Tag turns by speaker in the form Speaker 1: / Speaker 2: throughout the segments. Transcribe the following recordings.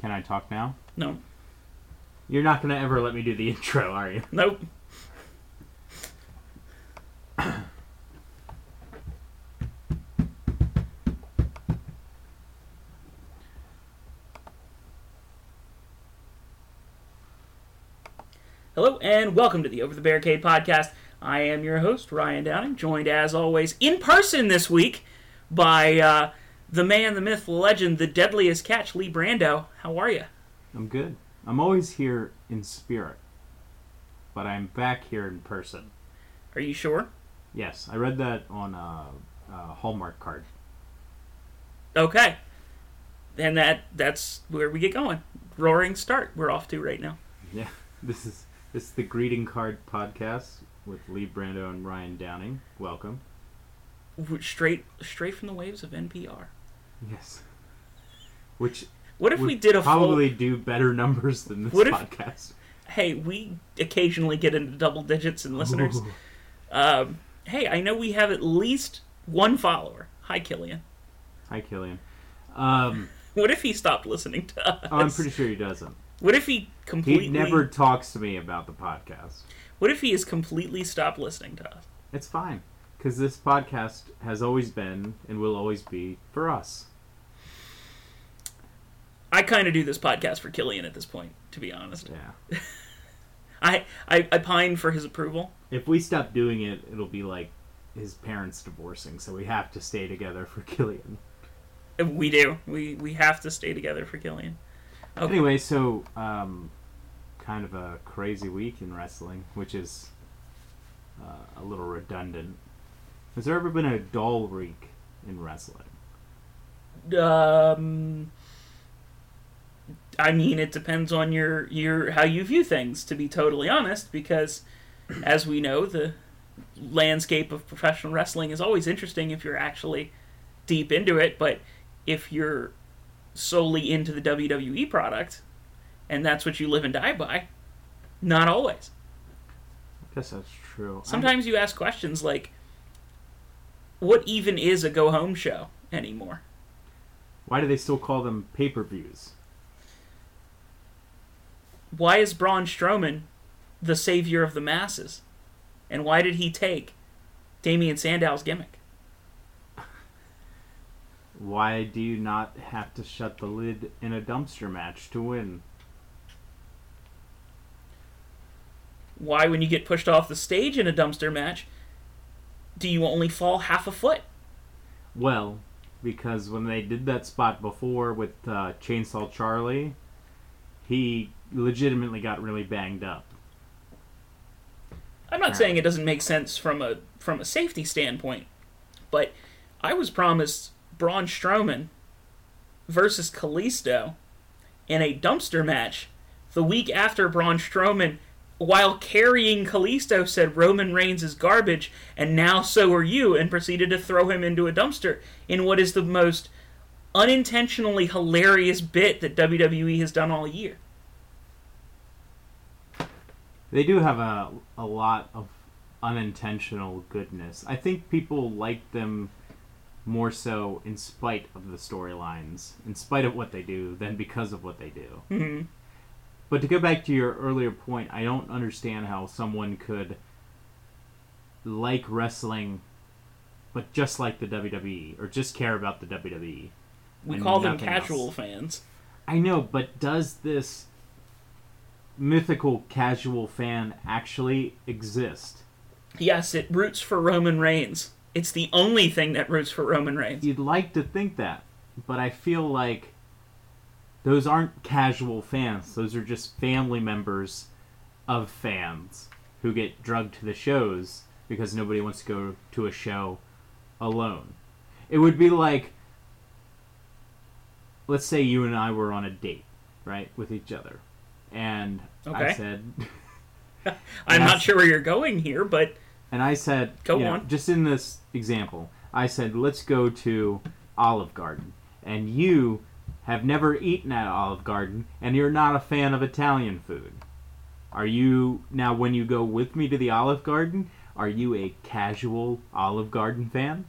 Speaker 1: Can I talk now?
Speaker 2: No.
Speaker 1: You're not gonna ever let me do the intro, are you?
Speaker 2: Nope. Hello and welcome to the Over the Barricade podcast. I am your host Ryan Downing, joined as always in person this week by uh, the man, the myth, the legend, the deadliest catch, Lee Brando. How are you?
Speaker 1: I'm good. I'm always here in spirit, but I'm back here in person.
Speaker 2: Are you sure?
Speaker 1: Yes, I read that on a, a Hallmark card.
Speaker 2: Okay. And that that's where we get going. Roaring start we're off to right now.
Speaker 1: Yeah, this is this is the greeting card podcast with Lee Brando and Ryan Downing. Welcome.
Speaker 2: We're straight straight from the waves of NPR.
Speaker 1: Yes. Which
Speaker 2: What if
Speaker 1: would
Speaker 2: we did a
Speaker 1: probably do better numbers than this
Speaker 2: What if-
Speaker 1: podcast.
Speaker 2: full Hey, we occasionally get into double digits in listeners.
Speaker 1: Ooh.
Speaker 2: Um, hey, I know we have at least one follower. Hi Killian.
Speaker 1: Hi, Killian. Um,
Speaker 2: What if he stopped listening to us?
Speaker 1: I'm pretty sure he doesn't.
Speaker 2: What if he completely
Speaker 1: He never talks to me about the podcast.
Speaker 2: What if he has completely stopped listening to us?
Speaker 1: It's fine because this podcast has always been and will always be for us.
Speaker 2: I kind of do this podcast for Killian at this point, to be honest.
Speaker 1: Yeah.
Speaker 2: I, I I pine for his approval.
Speaker 1: If we stop doing it, it'll be like his parents divorcing, so we have to stay together for Killian.
Speaker 2: We do. We we have to stay together for Killian. Okay.
Speaker 1: Anyway, so um, kind of a crazy week in wrestling, which is uh, a little redundant. Has there ever been a dull week in wrestling?
Speaker 2: Um, I mean, it depends on your your how you view things. To be totally honest, because as we know, the landscape of professional wrestling is always interesting if you're actually deep into it. But if you're solely into the WWE product, and that's what you live and die by, not always.
Speaker 1: I guess that's true. I-
Speaker 2: Sometimes you ask questions like, "What even is a go home show anymore?"
Speaker 1: why do they still call them pay per views?
Speaker 2: why is Braun Strowman the savior of the masses? And why did he take Damian Sandow's gimmick?
Speaker 1: Why do you not have to shut the lid in a dumpster match to win?
Speaker 2: Why, when you get pushed off the stage in a dumpster match, do you only fall half a foot?
Speaker 1: Well, because when they did that spot before with uh, Chainsaw Charlie, he legitimately got really banged up.
Speaker 2: I'm not saying it doesn't make sense from a from a safety standpoint, but I was promised Braun Strowman versus Kalisto in a dumpster match the week after Braun Strowman, while carrying Kalisto, said Roman Reigns is garbage, and now so are you, and proceeded to throw him into a dumpster in what is the most unintentionally hilarious bit that WWE has done all year.
Speaker 1: They do have a, a lot of unintentional goodness. I think people like them more so in spite of the storylines, in spite of what they do, than because of what they do.
Speaker 2: Mhm.
Speaker 1: But to go back to your earlier point, I don't understand how someone could like wrestling, but just like the WWE, or just care about the WWE.
Speaker 2: We
Speaker 1: And
Speaker 2: call them
Speaker 1: nothing else.
Speaker 2: casual fans.
Speaker 1: I know, but does this mythical casual fan actually exist?
Speaker 2: Yes, it roots for Roman Reigns. It's the only thing that roots for Roman Reigns.
Speaker 1: You'd like to think that, but I feel like those aren't casual fans. Those are just family members of fans who get drugged to the shows because nobody wants to go to a show alone. It would be like, let's say you and I were on a date, right, with each other. And I
Speaker 2: Okay.
Speaker 1: said,
Speaker 2: I'm
Speaker 1: Yes.
Speaker 2: not sure where you're going here, but
Speaker 1: And I said,
Speaker 2: Go
Speaker 1: you know,
Speaker 2: on.
Speaker 1: just in this example, I said, let's go to Olive Garden. And you have never eaten at Olive Garden, and you're not a fan of Italian food. Are you, now when you go with me to the Olive Garden, are you a casual Olive Garden fan?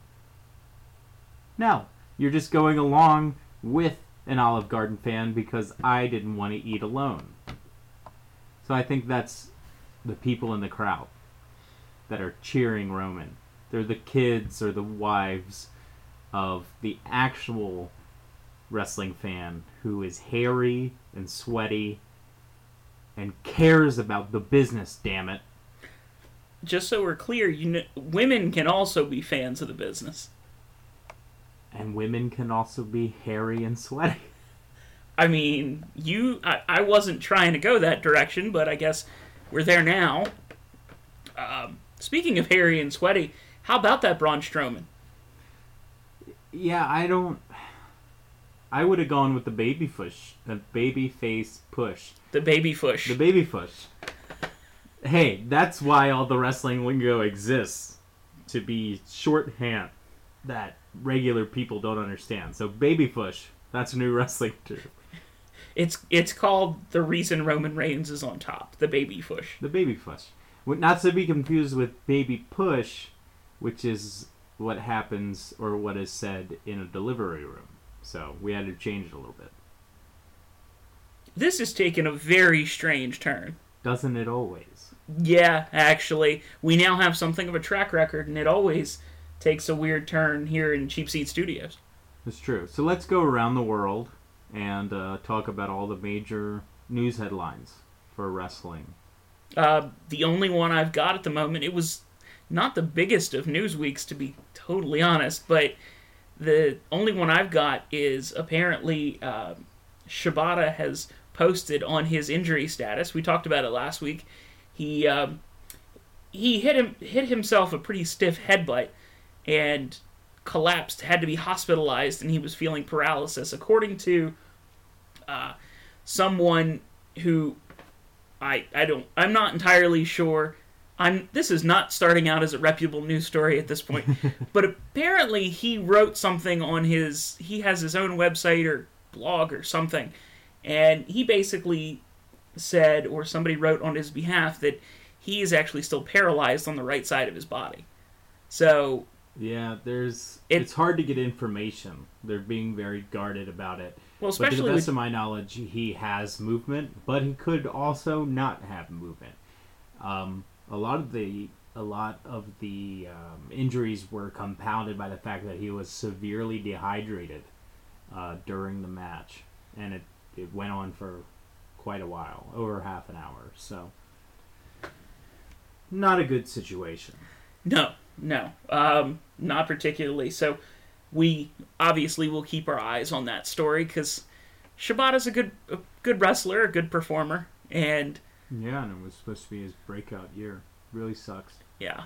Speaker 1: No. You're just going along with an Olive Garden fan because I didn't want to eat alone. So I think that's the people in the crowd that are cheering Roman. They're the kids or the wives of the actual wrestling fan who is hairy and sweaty and cares about the business, damn it.
Speaker 2: Just so we're clear, you know, women can also be fans of the business.
Speaker 1: And women can also be hairy and sweaty.
Speaker 2: I mean, you. I, I wasn't trying to go that direction, but I guess we're there now. Um, speaking of hairy and sweaty, how about that Braun Strowman?
Speaker 1: Yeah, I don't. I would have gone with the baby push, the baby face push,
Speaker 2: The baby fush.
Speaker 1: the baby push. Hey, that's why all the wrestling lingo exists to be shorthand that regular people don't understand. So baby push, that's a new wrestling term.
Speaker 2: it's it's called the reason Roman Reigns is on top. The baby fush.
Speaker 1: The baby push, Well, not to be confused with baby push, which is what happens or what is said in a delivery room. So we had to change it a little bit.
Speaker 2: This has taken a very strange turn.
Speaker 1: Doesn't it always?
Speaker 2: Yeah, actually, we now have something of a track record, and it always takes a weird turn here in Cheap Seat Studios.
Speaker 1: It's true. So let's go around the world and uh, talk about all the major news headlines for wrestling.
Speaker 2: Uh, the only one I've got at the moment, it was not the biggest of news weeks, to be totally honest, but the only one I've got is apparently uh, Shibata has posted on his injury status. We talked about it last week. He um, he hit him hit himself a pretty stiff headbutt and collapsed, had to be hospitalized, and he was feeling paralysis, according to uh, someone who I I don't I'm not entirely sure. I'm this is not starting out as a reputable news story at this point. but apparently he wrote something on his he has his own website or blog or something and he basically said or somebody wrote on his behalf that he is actually still paralyzed on the right side of his body. So
Speaker 1: Yeah, there's.
Speaker 2: It-
Speaker 1: it's hard to get information. They're being very guarded about it.
Speaker 2: well
Speaker 1: But to the
Speaker 2: especially
Speaker 1: best
Speaker 2: with,
Speaker 1: of my knowledge, he has movement, but he could also not have movement. Um, a lot of the a lot of the um, injuries were compounded by the fact that he was severely dehydrated uh, during the match, and it it went on for quite a while, over half an hour. So, not a good situation.
Speaker 2: No, no, um, not particularly. So we obviously will keep our eyes on that story because Shibata's a good, a good wrestler, a good performer, and
Speaker 1: Yeah, and it was supposed to be his breakout year. Really sucks.
Speaker 2: yeah,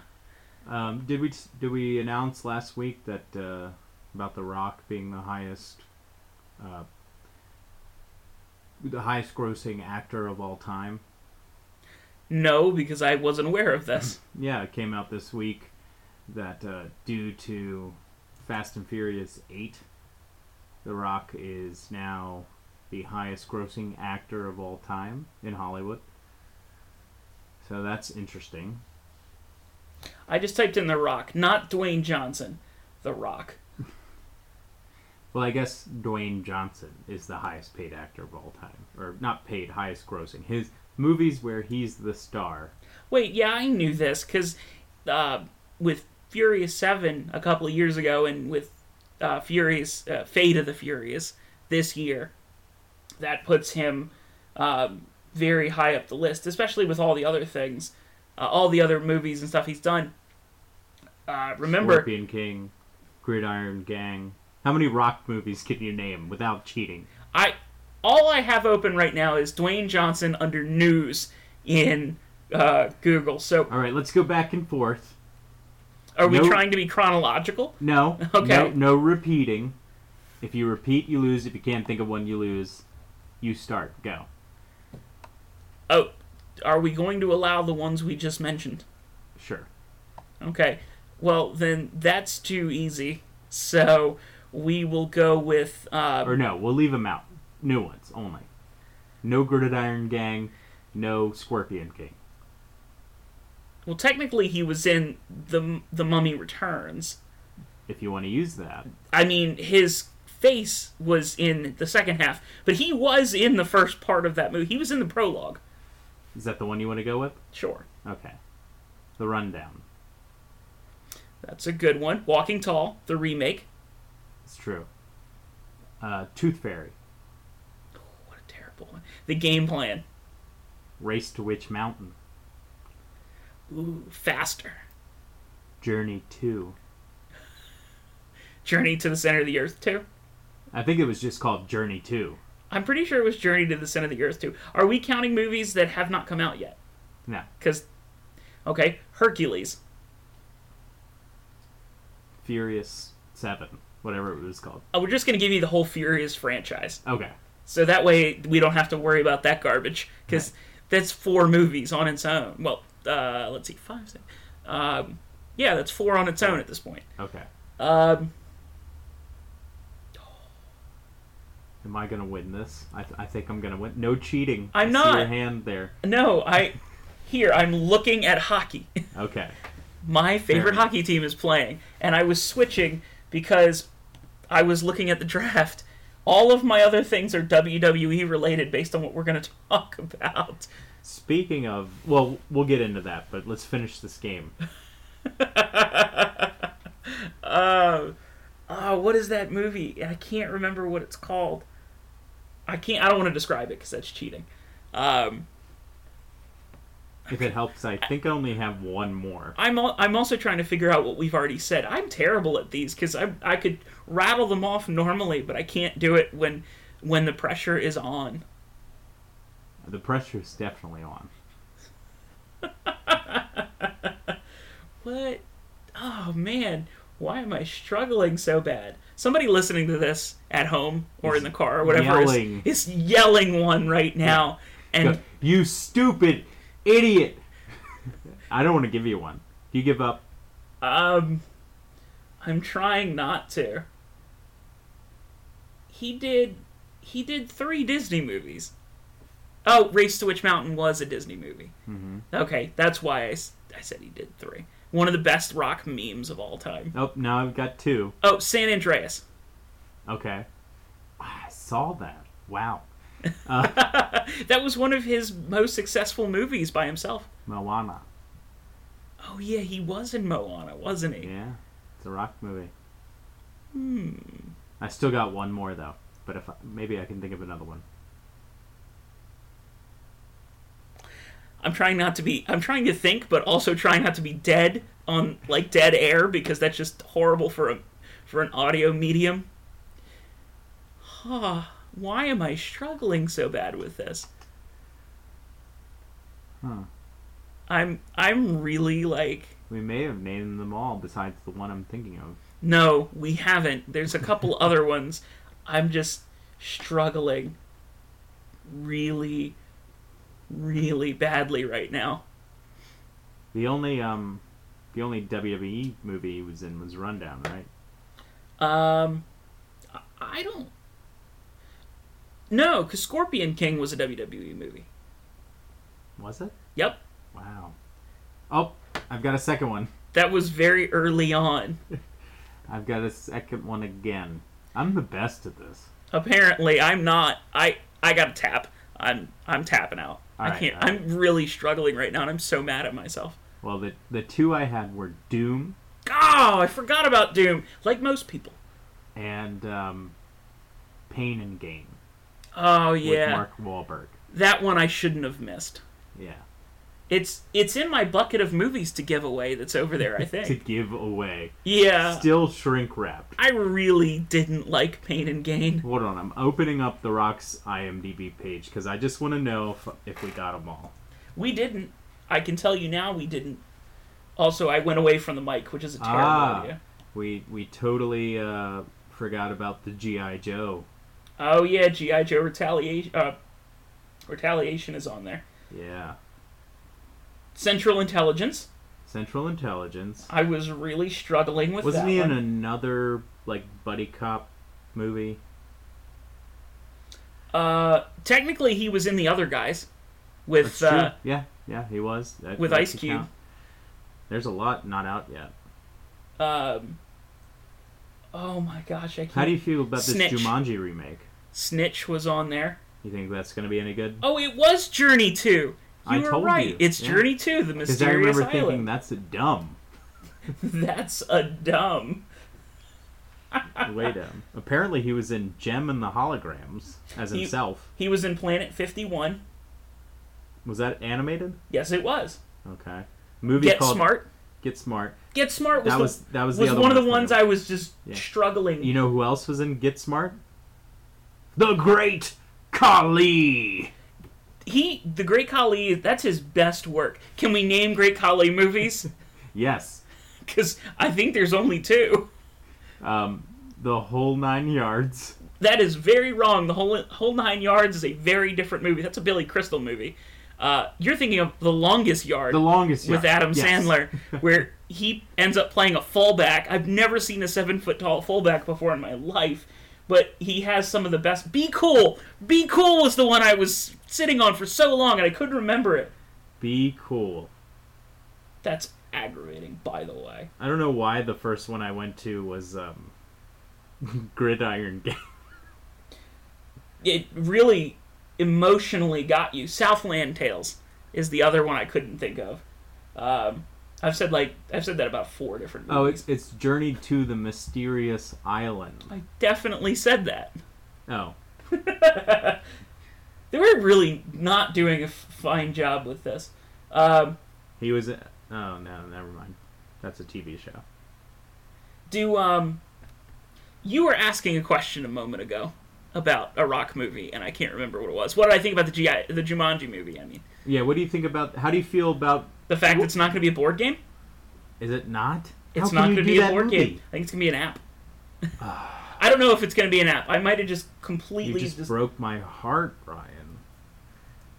Speaker 1: Um, did we did we announce last week that uh, about The Rock being the highest, uh, the highest grossing actor of all time?
Speaker 2: no, because I wasn't aware of this.
Speaker 1: Yeah, it came out this week that uh, due to Fast and Furious Eight, The Rock is now the highest grossing actor of all time in Hollywood. So that's interesting.
Speaker 2: I just typed in The Rock, not Dwayne Johnson, The Rock.
Speaker 1: Well, I guess Dwayne Johnson is the highest paid actor of all time. Or not paid, highest grossing. His movies where he's the star.
Speaker 2: Wait, yeah, I knew this because uh, with Furious Seven a couple of years ago, and with uh, Furious uh, Fate of the Furious this year, that puts him um, very high up the list, especially with all the other things, uh, all the other movies and stuff he's done. Uh, remember,
Speaker 1: Scorpion King, Gridiron Gang. How many rock movies can you name without cheating?
Speaker 2: I all I have open right now is Dwayne Johnson under news in uh, Google. So,
Speaker 1: All right, let's go back and forth.
Speaker 2: are we
Speaker 1: No.
Speaker 2: trying to be chronological?
Speaker 1: No.
Speaker 2: Okay.
Speaker 1: No, no repeating. If you repeat, you lose. If you can't think of one, you lose. You start. Go.
Speaker 2: Oh, are we going to allow the ones we just mentioned?
Speaker 1: Sure.
Speaker 2: Okay. Well, then that's too easy. So we will go with. Uh,
Speaker 1: Or no, we'll leave them out. New ones only. No Gridiron Gang, no Scorpion King.
Speaker 2: well, technically, he was in the the Mummy Returns.
Speaker 1: If you want to use that.
Speaker 2: I mean, his face was in the second half, but he was in the first part of that movie. He was in the prologue.
Speaker 1: Is that the one you want to go with?
Speaker 2: Sure.
Speaker 1: Okay. The rundown.
Speaker 2: That's a good one. Walking Tall, the remake.
Speaker 1: It's true. Uh, Tooth Fairy.
Speaker 2: What a terrible one. The game plan.
Speaker 1: Race to Witch Mountain.
Speaker 2: Ooh, faster.
Speaker 1: Journey 2.
Speaker 2: Journey to the Center of the Earth 2.
Speaker 1: I think it was just called Journey 2.
Speaker 2: I'm pretty sure it was Journey to the Center of the Earth 2. Are we counting movies that have not come out yet?
Speaker 1: No.
Speaker 2: Because, okay, Hercules.
Speaker 1: Furious 7. Whatever it was called.
Speaker 2: Oh, we're just going to give you the whole Furious franchise.
Speaker 1: Okay.
Speaker 2: So that way we don't have to worry about that garbage. Because that's four movies on its own. Well, uh, let's see, five, six. Um, yeah, that's four on its own at this point.
Speaker 1: Okay.
Speaker 2: Um,
Speaker 1: Am I going to win this? I, th- I think I'm going to win. No cheating.
Speaker 2: I'm
Speaker 1: I
Speaker 2: not.
Speaker 1: See your hand there.
Speaker 2: no, I. Here, I'm looking at hockey.
Speaker 1: Okay.
Speaker 2: my favorite
Speaker 1: enough.
Speaker 2: hockey team is playing, and I was switching because I was looking at the draft. All of my other things are WWE related based on what we're going to talk about.
Speaker 1: Speaking of, well, we'll get into that, but let's finish this game.
Speaker 2: Uh, oh, what is that movie? I can't remember what it's called. I can't. I don't want to describe it because that's cheating. Um,
Speaker 1: If it helps, I think I only have one more.
Speaker 2: I'm al- I'm also trying to figure out what we've already said. I'm terrible at these because I I could rattle them off normally, but I can't do it when when the pressure is on.
Speaker 1: The pressure is definitely on.
Speaker 2: What? Oh man, why am I struggling so bad? Somebody listening to this at home or in the car or whatever is-
Speaker 1: Yelling.
Speaker 2: is, yelling one right now, and
Speaker 1: Go, you stupid idiot! I don't want to give you one. Do you give up?
Speaker 2: um, I'm trying not to. He did, he did three Disney movies. Oh, Race to Witch Mountain was a Disney movie.
Speaker 1: Mhm.
Speaker 2: Okay, that's why I, s- I said he did three. One of the best rock memes of all time.
Speaker 1: Oh, now I've got two.
Speaker 2: Oh, San Andreas.
Speaker 1: Okay. I saw that. Wow.
Speaker 2: That was one of his most successful movies by himself.
Speaker 1: Moana.
Speaker 2: Oh yeah, he was in Moana, wasn't he?
Speaker 1: Yeah. It's a rock movie. Hmm. I still got one more, though. But if I, maybe I can think of another one.
Speaker 2: I'm trying not to be I'm trying to think but also trying not to be dead on like dead air because that's just horrible for a for an audio medium. Huh, why am I struggling so bad with this?
Speaker 1: Huh.
Speaker 2: I'm I'm really like
Speaker 1: We may have named them all besides the one I'm thinking of.
Speaker 2: no, we haven't. There's a couple other ones. I'm just struggling really really badly right now.
Speaker 1: The only um, the only WWE movie he was in was Rundown, right?
Speaker 2: Um, I- I don't. No, because Scorpion King was a WWE movie.
Speaker 1: Was it?
Speaker 2: Yep,
Speaker 1: Wow. Oh, I've got a second one.
Speaker 2: that was very early on.
Speaker 1: I've got a second one again. I'm the best at this.
Speaker 2: Apparently, I'm not. I I got to tap. I'm I'm tapping out.
Speaker 1: All
Speaker 2: I
Speaker 1: right,
Speaker 2: can't.
Speaker 1: all right.
Speaker 2: I'm really struggling right now, and I'm so mad at myself.
Speaker 1: Well, the the two I had were Doom
Speaker 2: Oh, I forgot about Doom. Like most people.
Speaker 1: and um, Pain and Gain
Speaker 2: Oh
Speaker 1: with
Speaker 2: yeah,
Speaker 1: Mark Wahlberg.
Speaker 2: that one I shouldn't have missed.
Speaker 1: Yeah,
Speaker 2: It's it's in my bucket of movies to give away. That's over there, I
Speaker 1: to
Speaker 2: think.
Speaker 1: give away.
Speaker 2: Yeah,
Speaker 1: Still shrink wrapped.
Speaker 2: I really didn't like Pain and Gain.
Speaker 1: Hold on, I'm opening up The Rock's IMDb page because I just want to know if, if we got them all.
Speaker 2: We didn't. I can tell you now we didn't. Also, I went away from the mic, which is a terrible
Speaker 1: Ah.
Speaker 2: idea.
Speaker 1: We we totally uh, forgot about the GI Joe.
Speaker 2: Oh yeah, GI Joe retaliation. Uh, retaliation is on there.
Speaker 1: Yeah,
Speaker 2: Central Intelligence.
Speaker 1: Central Intelligence.
Speaker 2: I was really struggling with
Speaker 1: Wasn't
Speaker 2: that
Speaker 1: he
Speaker 2: one.
Speaker 1: in another like buddy cop movie?
Speaker 2: uh, technically, he was in the other guys
Speaker 1: That's
Speaker 2: with
Speaker 1: true.
Speaker 2: uh,
Speaker 1: yeah, yeah, he was. That-
Speaker 2: with
Speaker 1: that
Speaker 2: Ice
Speaker 1: could
Speaker 2: Cube.
Speaker 1: count. There's a lot not out yet.
Speaker 2: um, Oh my gosh, I can't.
Speaker 1: How do you feel about this
Speaker 2: Snitch.
Speaker 1: Jumanji remake?
Speaker 2: Snitch was on there.
Speaker 1: You think that's going to be any good?
Speaker 2: Oh, it was Journey 2. You
Speaker 1: I
Speaker 2: were
Speaker 1: told
Speaker 2: right.
Speaker 1: you,
Speaker 2: It's
Speaker 1: yeah.
Speaker 2: Journey 2, the
Speaker 1: Because I remember
Speaker 2: mysterious
Speaker 1: thinking
Speaker 2: island.
Speaker 1: that's dumb.
Speaker 2: That's a dumb.
Speaker 1: Way dumb. Apparently, he was in Gem and the Holograms as
Speaker 2: He-
Speaker 1: himself.
Speaker 2: He was in Planet 51.
Speaker 1: Was that animated?
Speaker 2: Yes, it was.
Speaker 1: Okay. Movie
Speaker 2: Get
Speaker 1: called
Speaker 2: Smart.
Speaker 1: Get Smart.
Speaker 2: Get Smart was
Speaker 1: That
Speaker 2: the-
Speaker 1: was that was,
Speaker 2: was,
Speaker 1: the other
Speaker 2: one of
Speaker 1: one
Speaker 2: the ones I was just
Speaker 1: Yeah.
Speaker 2: struggling.
Speaker 1: You know who else was in Get Smart? The Great Kali.
Speaker 2: He, the Great Khali, that's his best work. Can we name Great Khali movies?
Speaker 1: Yes.
Speaker 2: Because I think there's only two.
Speaker 1: Um, the whole nine yards.
Speaker 2: That is very wrong. The whole whole nine yards is a very different movie. That's a Billy Crystal movie. Uh, you're thinking of the longest yard.
Speaker 1: The longest yard.
Speaker 2: with Adam
Speaker 1: Yes.
Speaker 2: Sandler, where he ends up playing a fullback. I've never seen a seven foot tall fullback before in my life, but he has some of the best. Be cool, be cool was the one I was sitting on for so long, and I couldn't remember it.
Speaker 1: Be cool.
Speaker 2: That's aggravating, by the way.
Speaker 1: I don't know why the first one I went to was um, Gridiron Gang.
Speaker 2: It really emotionally got you. Southland Tales is the other one I couldn't think of. Um, I've said like I've said that about four different. Movies.
Speaker 1: Oh, it's it's Journey to the Mysterious Island.
Speaker 2: I definitely said that.
Speaker 1: Oh,
Speaker 2: They were really not doing a f- fine job with this. Um,
Speaker 1: he was. Oh no, never mind. That's a TV show.
Speaker 2: do um, you were asking a question a moment ago about a rock movie, and I can't remember what it was. What did I think about the GI, the Jumanji movie? I mean,
Speaker 1: Yeah. What do you think about? How do you feel about?
Speaker 2: the fact that it's not going to be a board game.
Speaker 1: Is it not?
Speaker 2: It's
Speaker 1: How
Speaker 2: not
Speaker 1: can you
Speaker 2: going to
Speaker 1: do
Speaker 2: be a
Speaker 1: that
Speaker 2: board
Speaker 1: movie? Ah.
Speaker 2: game. I think it's going to be an app. I don't know if it's going to be an app. I might have just
Speaker 1: You
Speaker 2: completely
Speaker 1: just
Speaker 2: just-
Speaker 1: broke my heart, Ryan.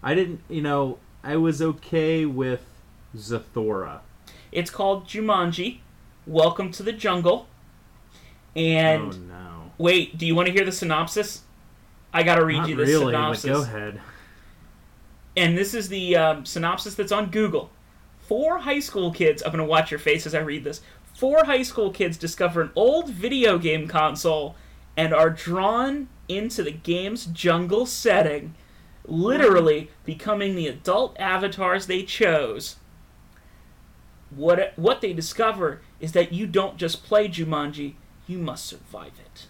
Speaker 1: I didn't. You know, I was okay with Zathura.
Speaker 2: It's called Jumanji. Welcome to the jungle. And
Speaker 1: oh no.
Speaker 2: wait, do you want to hear the synopsis? I got to read
Speaker 1: Not
Speaker 2: you the
Speaker 1: really,
Speaker 2: synopsis.
Speaker 1: but go ahead.
Speaker 2: and this is the um, synopsis that's on Google. Four high school kids, I'm going to watch your face as I read this. Four high school kids discover an old video game console and are drawn into the game's jungle setting, literally becoming the adult avatars they chose. What, what they discover is that you don't just play Jumanji, you must survive it.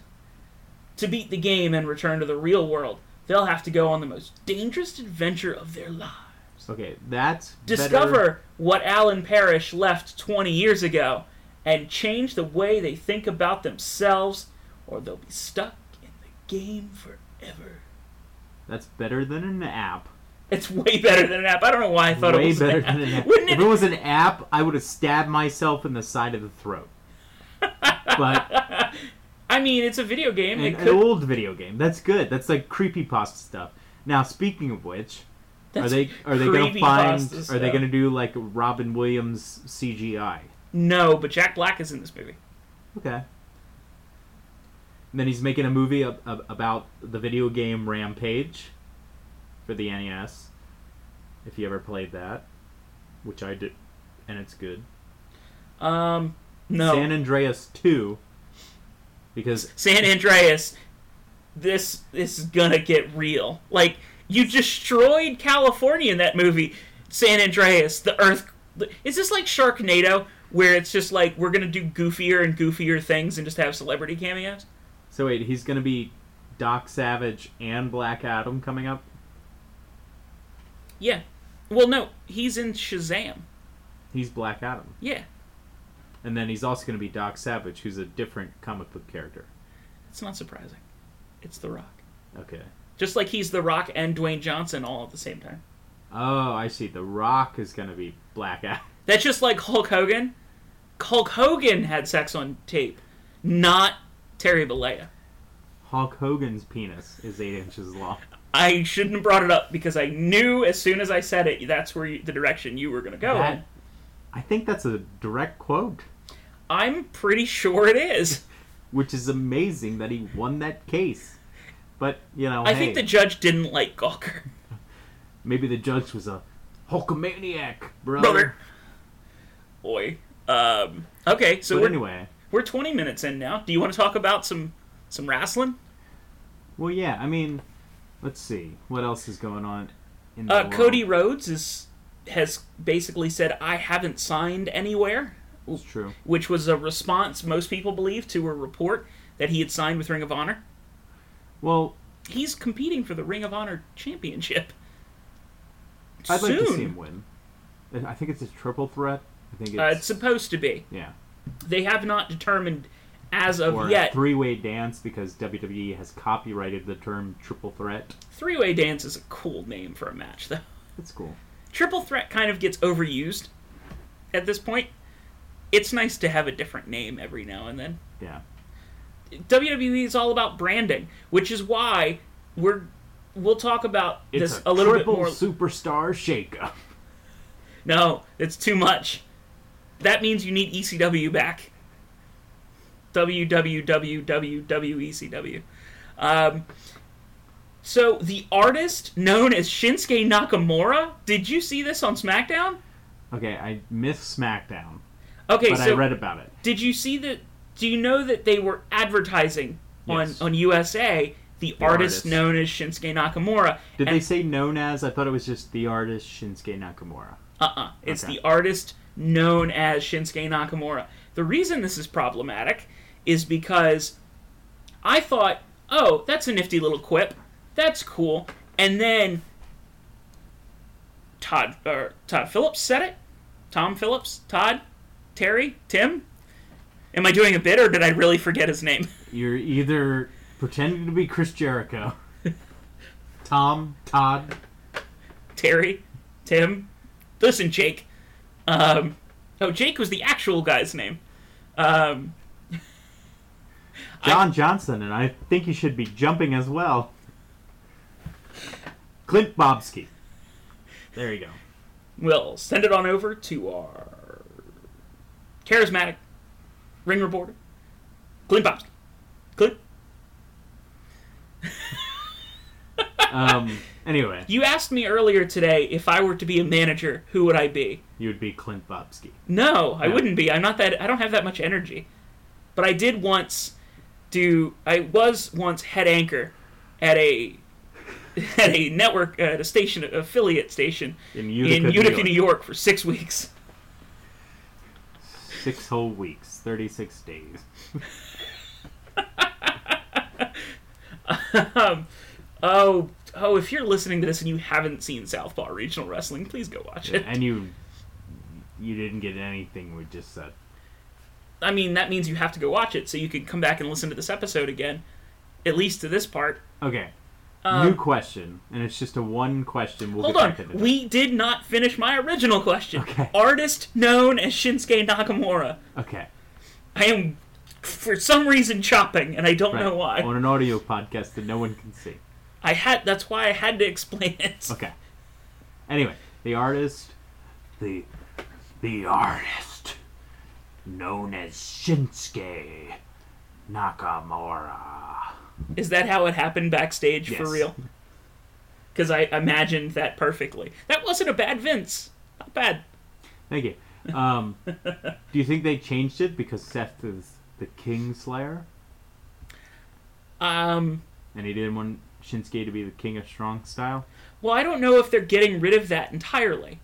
Speaker 2: To beat the game and return to the real world, they'll have to go on the most dangerous adventure of their lives.
Speaker 1: Okay, that's better-
Speaker 2: Discover what Alan Parrish left 20 years ago and change the way they think about themselves, or they'll be stuck in the game forever.
Speaker 1: That's better than an app.
Speaker 2: It's way better than an app. I don't know why I thought
Speaker 1: Way
Speaker 2: it was
Speaker 1: better
Speaker 2: an app.
Speaker 1: than an app.
Speaker 2: Wouldn't
Speaker 1: if
Speaker 2: it?
Speaker 1: it was an app, I would have stabbed myself in the side of the throat. But
Speaker 2: I mean, it's a video game.
Speaker 1: an,
Speaker 2: It
Speaker 1: an
Speaker 2: could,
Speaker 1: old video game. That's good. That's like creepypasta stuff. Now, speaking of which, are
Speaker 2: That's
Speaker 1: they are they gonna find?
Speaker 2: creepypasta
Speaker 1: Are they
Speaker 2: stuff.
Speaker 1: gonna do like Robin Williams CGI?
Speaker 2: No, but Jack Black is in this movie.
Speaker 1: Okay. And then he's making a movie ab- ab- about the video game Rampage for the NES. If you ever played that, which I did, and it's good.
Speaker 2: Um, no.
Speaker 1: San Andreas 2 because
Speaker 2: San Andreas, this this is gonna get real. Like you destroyed California in that movie, San Andreas. The Earth is this like Sharknado, where it's just like we're gonna do goofier and goofier things and just have celebrity cameos.
Speaker 1: so wait, he's going to be Doc Savage and Black Adam coming up.
Speaker 2: Yeah. Well, no, he's in Shazam.
Speaker 1: He's Black Adam.
Speaker 2: Yeah,
Speaker 1: And then he's also going to be Doc Savage who's a different comic book character.
Speaker 2: it's not surprising. It's The Rock.
Speaker 1: Okay.
Speaker 2: Just like he's The Rock and Dwayne Johnson all at the same time.
Speaker 1: Oh, I see. The Rock is going to be Black Adam.
Speaker 2: That's just like Hulk Hogan. Hulk Hogan had sex on tape, not Terry Bollea.
Speaker 1: Hulk Hogan's penis is 8 inches long.
Speaker 2: I shouldn't have brought it up because I knew as soon as I said it, that's where you, the direction you were going to go. in.
Speaker 1: That, I think that's a direct quote,
Speaker 2: I'm pretty sure it is.
Speaker 1: which is amazing that he won that case. But, you know,
Speaker 2: I
Speaker 1: hey,
Speaker 2: think the judge didn't like Gawker.
Speaker 1: maybe the judge was a Hulkamaniac, brother.
Speaker 2: Brother. Boy. Um, okay, so
Speaker 1: but
Speaker 2: we're,
Speaker 1: anyway,
Speaker 2: We're 20 minutes in now. Do you want to talk about some some wrestling?
Speaker 1: Well, yeah. I mean, let's see what else is going on. In the
Speaker 2: Uh,
Speaker 1: world.
Speaker 2: Cody Rhodes is has basically said I haven't signed anywhere,
Speaker 1: It's true.
Speaker 2: which was a response most people believe to a report that he had signed with Ring of Honor.
Speaker 1: Well,
Speaker 2: He's competing for the Ring of Honor championship.
Speaker 1: I'd
Speaker 2: Soon.
Speaker 1: like to see him win. I think it's a triple threat. I think it's,
Speaker 2: Uh, it's supposed to be.
Speaker 1: yeah,
Speaker 2: They have not determined as of
Speaker 1: or
Speaker 2: yet.
Speaker 1: three way dance because WWE has copyrighted the term triple threat.
Speaker 2: Three Way Dance is a cool name for a match, though.
Speaker 1: It's cool.
Speaker 2: Triple Threat kind of gets overused at this point. It's nice to have a different name every now and then.
Speaker 1: Yeah,
Speaker 2: WWE is all about branding, which is why we're we'll talk about
Speaker 1: it's
Speaker 2: this
Speaker 1: a,
Speaker 2: a, little bit
Speaker 1: triple
Speaker 2: more.
Speaker 1: superstar shakeup.
Speaker 2: no, it's too much. That means you need ECW back. www.ecw. E Um, so the artist known as Shinsuke Nakamura, did you see this on SmackDown?
Speaker 1: Okay, I missed SmackDown,
Speaker 2: Okay,
Speaker 1: but
Speaker 2: so
Speaker 1: I read about it.
Speaker 2: Did you see that? Do you know that they were advertising
Speaker 1: Yes.
Speaker 2: on on USA the, artist
Speaker 1: artist.
Speaker 2: known as Shinsuke Nakamura?
Speaker 1: Did
Speaker 2: and,
Speaker 1: they say known as? I thought it was just the artist Shinsuke Nakamura.
Speaker 2: Uh-uh. It's
Speaker 1: Okay.
Speaker 2: the artist known as Shinsuke Nakamura. The reason this is problematic is because I thought, oh, that's a nifty little quip. That's cool. And then Todd or Todd Phillips said it. Tom Phillips, Todd, Terry, Tim. Am I doing a bit or did I really forget his name?
Speaker 1: You're either pretending to be Chris Jericho, Tom, Todd.
Speaker 2: Terry, Tim. Listen, Jake. Um, oh, Jake was the actual guy's name. Um,
Speaker 1: John Johnson, and I think he should be jumping as well. Clint Bobsky. There you go.
Speaker 2: we'll send it on over to our charismatic ring reporter, Clint Bobsky. Clint,
Speaker 1: Um, anyway,
Speaker 2: you asked me earlier today if I were to be a manager, who would I be?
Speaker 1: you would be Clint Bobsky.
Speaker 2: No, I
Speaker 1: Yeah.
Speaker 2: wouldn't be. I'm not that. I don't have that much energy. But I did once do. I was once head anchor at a at a network at a station affiliate station
Speaker 1: In Utica,
Speaker 2: in Utica,
Speaker 1: New York.
Speaker 2: New York for six weeks.
Speaker 1: Six whole weeks, 36 days.
Speaker 2: Oh, oh! If you're listening to this and you haven't seen Southpaw Regional Wrestling, please go watch it.
Speaker 1: And you you didn't get anything we just said.
Speaker 2: I mean, that means you have to go watch it so you can come back and listen to this episode again, at least to this part.
Speaker 1: Okay. New
Speaker 2: Um,
Speaker 1: question, and it's just a one question. We'll
Speaker 2: Hold
Speaker 1: get back
Speaker 2: on,
Speaker 1: to that.
Speaker 2: we did not finish my original question.
Speaker 1: Okay.
Speaker 2: Artist known as Shinsuke Nakamura.
Speaker 1: Okay.
Speaker 2: I am, for some reason, chopping, and I don't
Speaker 1: Right.
Speaker 2: know why.
Speaker 1: On an audio podcast that no one can see.
Speaker 2: I had that's why I had to explain it.
Speaker 1: Okay. Anyway, the artist, the the artist, known as Shinsuke Nakamura.
Speaker 2: Is that how it happened backstage for
Speaker 1: Yes.
Speaker 2: real? Because I imagined that perfectly. That wasn't a bad Vince. Not bad.
Speaker 1: Thank you. Um, do you think they changed it because Seth is the King Slayer,
Speaker 2: Um,
Speaker 1: and he didn't want Shinsuke to be the King of Strong Style?
Speaker 2: well, I don't know if they're getting rid of that entirely.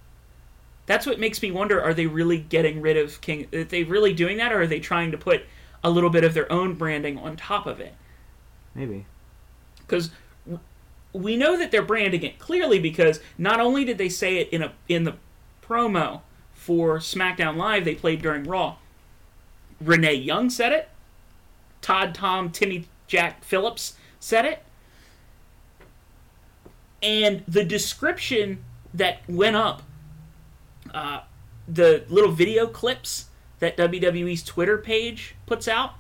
Speaker 2: That's what makes me wonder: Are they really getting rid of King? Are they really doing that, or are they trying to put a little bit of their own branding on top of it?
Speaker 1: Maybe.
Speaker 2: because we know that they're branding it clearly because not only did they say it in a in the promo for SmackDown Live they played during Raw, Renee Young said it, Todd, Tom, Timmy, Jack Phillips said it, and the description that went up, uh, the little video clips that WWE's Twitter page puts out,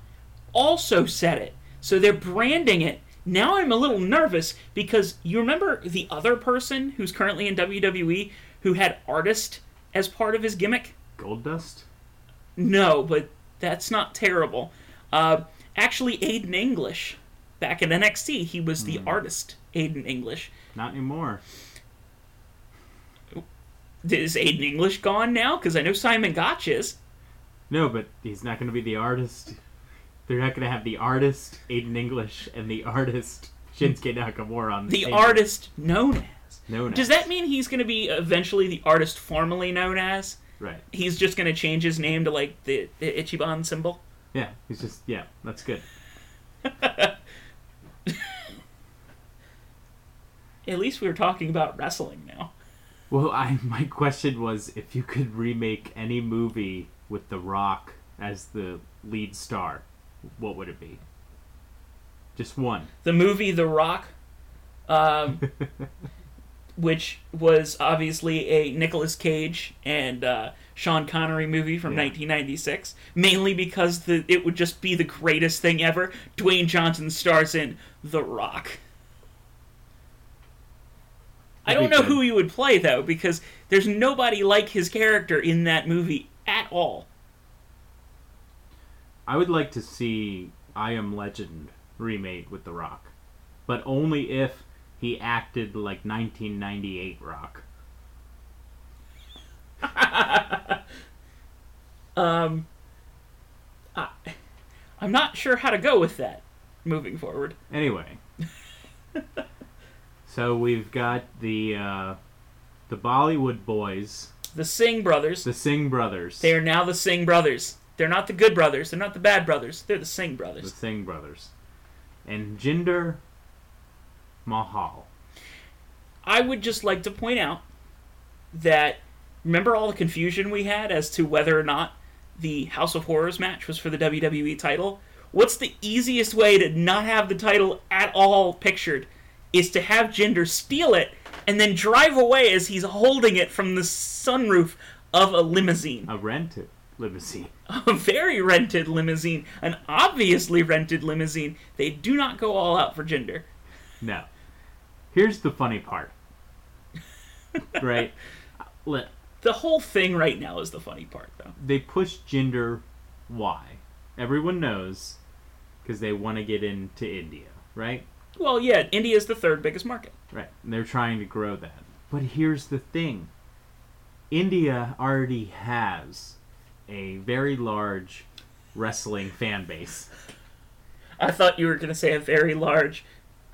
Speaker 2: also said it. So they're branding it. Now I'm a little nervous because you remember the other person who's currently in WWE who had artist as part of his gimmick?
Speaker 1: Gold Dust.
Speaker 2: No, but that's not terrible. Uh, actually, Aiden English, back in NXT, he was the artist, Aiden English.
Speaker 1: Not anymore.
Speaker 2: Is Aiden English gone now? Because I know Simon Gotch is.
Speaker 1: No, but he's not going to be the artist. They're not going to have the artist Aiden English and the artist Shinsuke Nakamura on the,
Speaker 2: The
Speaker 1: same-
Speaker 2: artist known as.
Speaker 1: known
Speaker 2: Does
Speaker 1: as.
Speaker 2: that mean he's going to be eventually the artist formerly known as?
Speaker 1: right?
Speaker 2: He's just going to change his name to like the, the Ichiban symbol?
Speaker 1: Yeah, he's just yeah. That's good.
Speaker 2: At least we were talking about wrestling now.
Speaker 1: Well, I my question was if you could remake any movie with The Rock as the lead star, what would it be? Just one.
Speaker 2: The movie The Rock, um, which was obviously a Nicolas Cage and uh, Sean Connery movie from
Speaker 1: Yeah.
Speaker 2: 1996, mainly because the it would just be the greatest thing ever. Dwayne Johnson stars in The Rock. I
Speaker 1: That'd
Speaker 2: don't
Speaker 1: be
Speaker 2: know
Speaker 1: good.
Speaker 2: who he would play though, because there's nobody like his character in that movie at all.
Speaker 1: I would like to see I Am Legend remade with The Rock, but only if he acted like 1998 Rock.
Speaker 2: Um, I, I'm not sure how to go with that moving forward.
Speaker 1: Anyway, so we've got the uh, the Bollywood boys,
Speaker 2: The Singh brothers,
Speaker 1: the Singh brothers,
Speaker 2: they are now the Singh brothers. They're not the good brothers, they're not the bad brothers, they're the Singh
Speaker 1: the
Speaker 2: brothers.
Speaker 1: Singh brothers, and Jinder Mahal.
Speaker 2: I would just like to point out that remember all the confusion we had as to whether or not the House of Horrors match was for the WWE title? What's the easiest way to not have the title at all pictured is to have Jinder steal it and then drive away as he's holding it from the sunroof of a limousine.
Speaker 1: A rented limousine.
Speaker 2: a very rented limousine, an obviously rented limousine. They do not go all out for gender.
Speaker 1: No. Here's the funny part. right? Let,
Speaker 2: The whole thing right now is the funny part, though.
Speaker 1: they push gender why everyone knows because they want to get into india right
Speaker 2: Well, yeah, India is the third biggest market.
Speaker 1: right and they're trying to grow that but here's the thing india already has a very large wrestling fan base
Speaker 2: I thought you were going to say a very large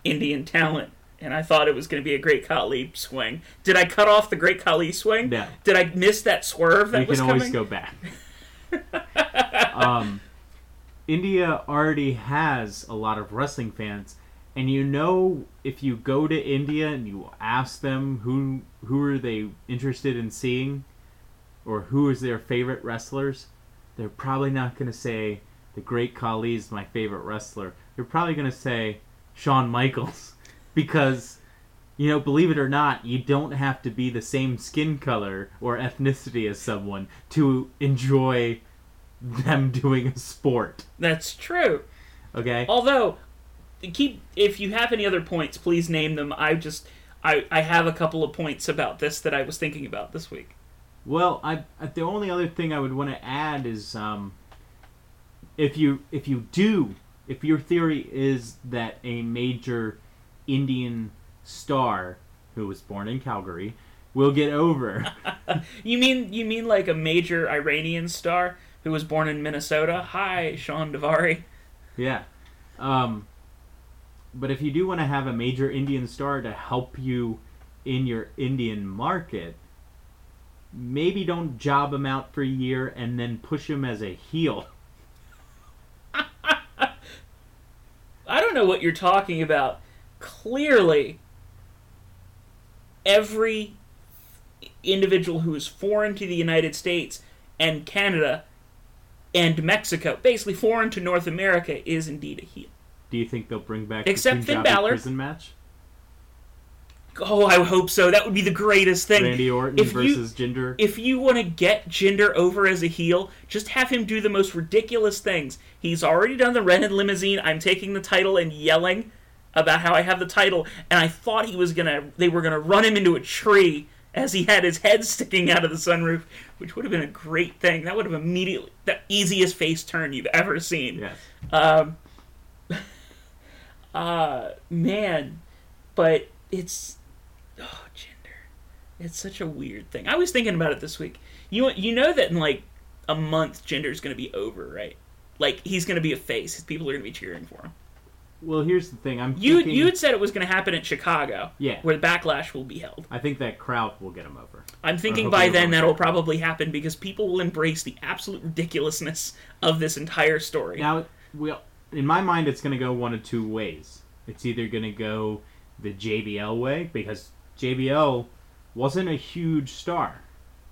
Speaker 2: Indian talent, and I thought it was going to be a Great Khali swing. Did I cut off the Great Khali swing?
Speaker 1: No.
Speaker 2: Did I miss that swerve that
Speaker 1: we
Speaker 2: was
Speaker 1: can always
Speaker 2: coming?
Speaker 1: go back um, india already has a lot of wrestling fans and you know if you go to India and you ask them who who are they interested in seeing or who is their favorite wrestlers, they're probably not going to say the great Khali is my favorite wrestler. They're probably going to say Shawn Michaels because you know, believe it or not, you don't have to be the same skin color or ethnicity as someone to enjoy them doing a sport,
Speaker 2: That's true.
Speaker 1: okay?
Speaker 2: Although, keep if you have any other points, please name them. I just I I have a couple of points about this that I was thinking about this week.
Speaker 1: Well, I I- the only other thing I would want to add is um, if you if you do if your theory is that a major Indian star who was born in Calgary will get over,
Speaker 2: You mean you mean like a major Iranian star who was born in Minnesota? Hi, Sean Devari.
Speaker 1: yeah. Um, but if you do want to have a major Indian star to help you in your Indian market, maybe don't job him out for a year and then push him as a heel.
Speaker 2: I don't know what you're talking about. Clearly, every individual who is foreign to the United States and Canada and Mexico, basically foreign to North America, is indeed a heel.
Speaker 1: Do you think they'll bring back
Speaker 2: Except
Speaker 1: the
Speaker 2: Finn
Speaker 1: Punjabi
Speaker 2: Balor.
Speaker 1: prison match?
Speaker 2: Oh, I hope so. That would be the greatest thing.
Speaker 1: Randy Orton
Speaker 2: if you-
Speaker 1: versus Jinder.
Speaker 2: if you want to get Jinder over as a heel, just have him do the most ridiculous things. He's already done the rented limousine. I'm taking the title and yelling about how I have the title, and I thought he was gonna. They were gonna run him into a tree as he had his head sticking out of the sunroof, which would have been a great thing. That would have immediately the easiest face turn you've ever seen.
Speaker 1: yes.
Speaker 2: Uh, man, but it's oh, gender. It's such a weird thing. I was thinking about it this week. You you know that in like a month, Jinder's going to be over, right? Like he's going to be a face. People are going to be cheering for him.
Speaker 1: Well, here's the thing. I'm
Speaker 2: You
Speaker 1: thinking,
Speaker 2: you had said it was going to happen at Chicago,
Speaker 1: Yeah.
Speaker 2: where the backlash will be held.
Speaker 1: I think that crowd will get him over.
Speaker 2: I'm thinking
Speaker 1: hope
Speaker 2: by
Speaker 1: they
Speaker 2: then
Speaker 1: will.
Speaker 2: that'll probably happen because people will embrace the absolute ridiculousness of this entire story.
Speaker 1: Now, we in my mind, it's going to go one of two ways. It's either going to go the JBL way because JBL wasn't a huge star.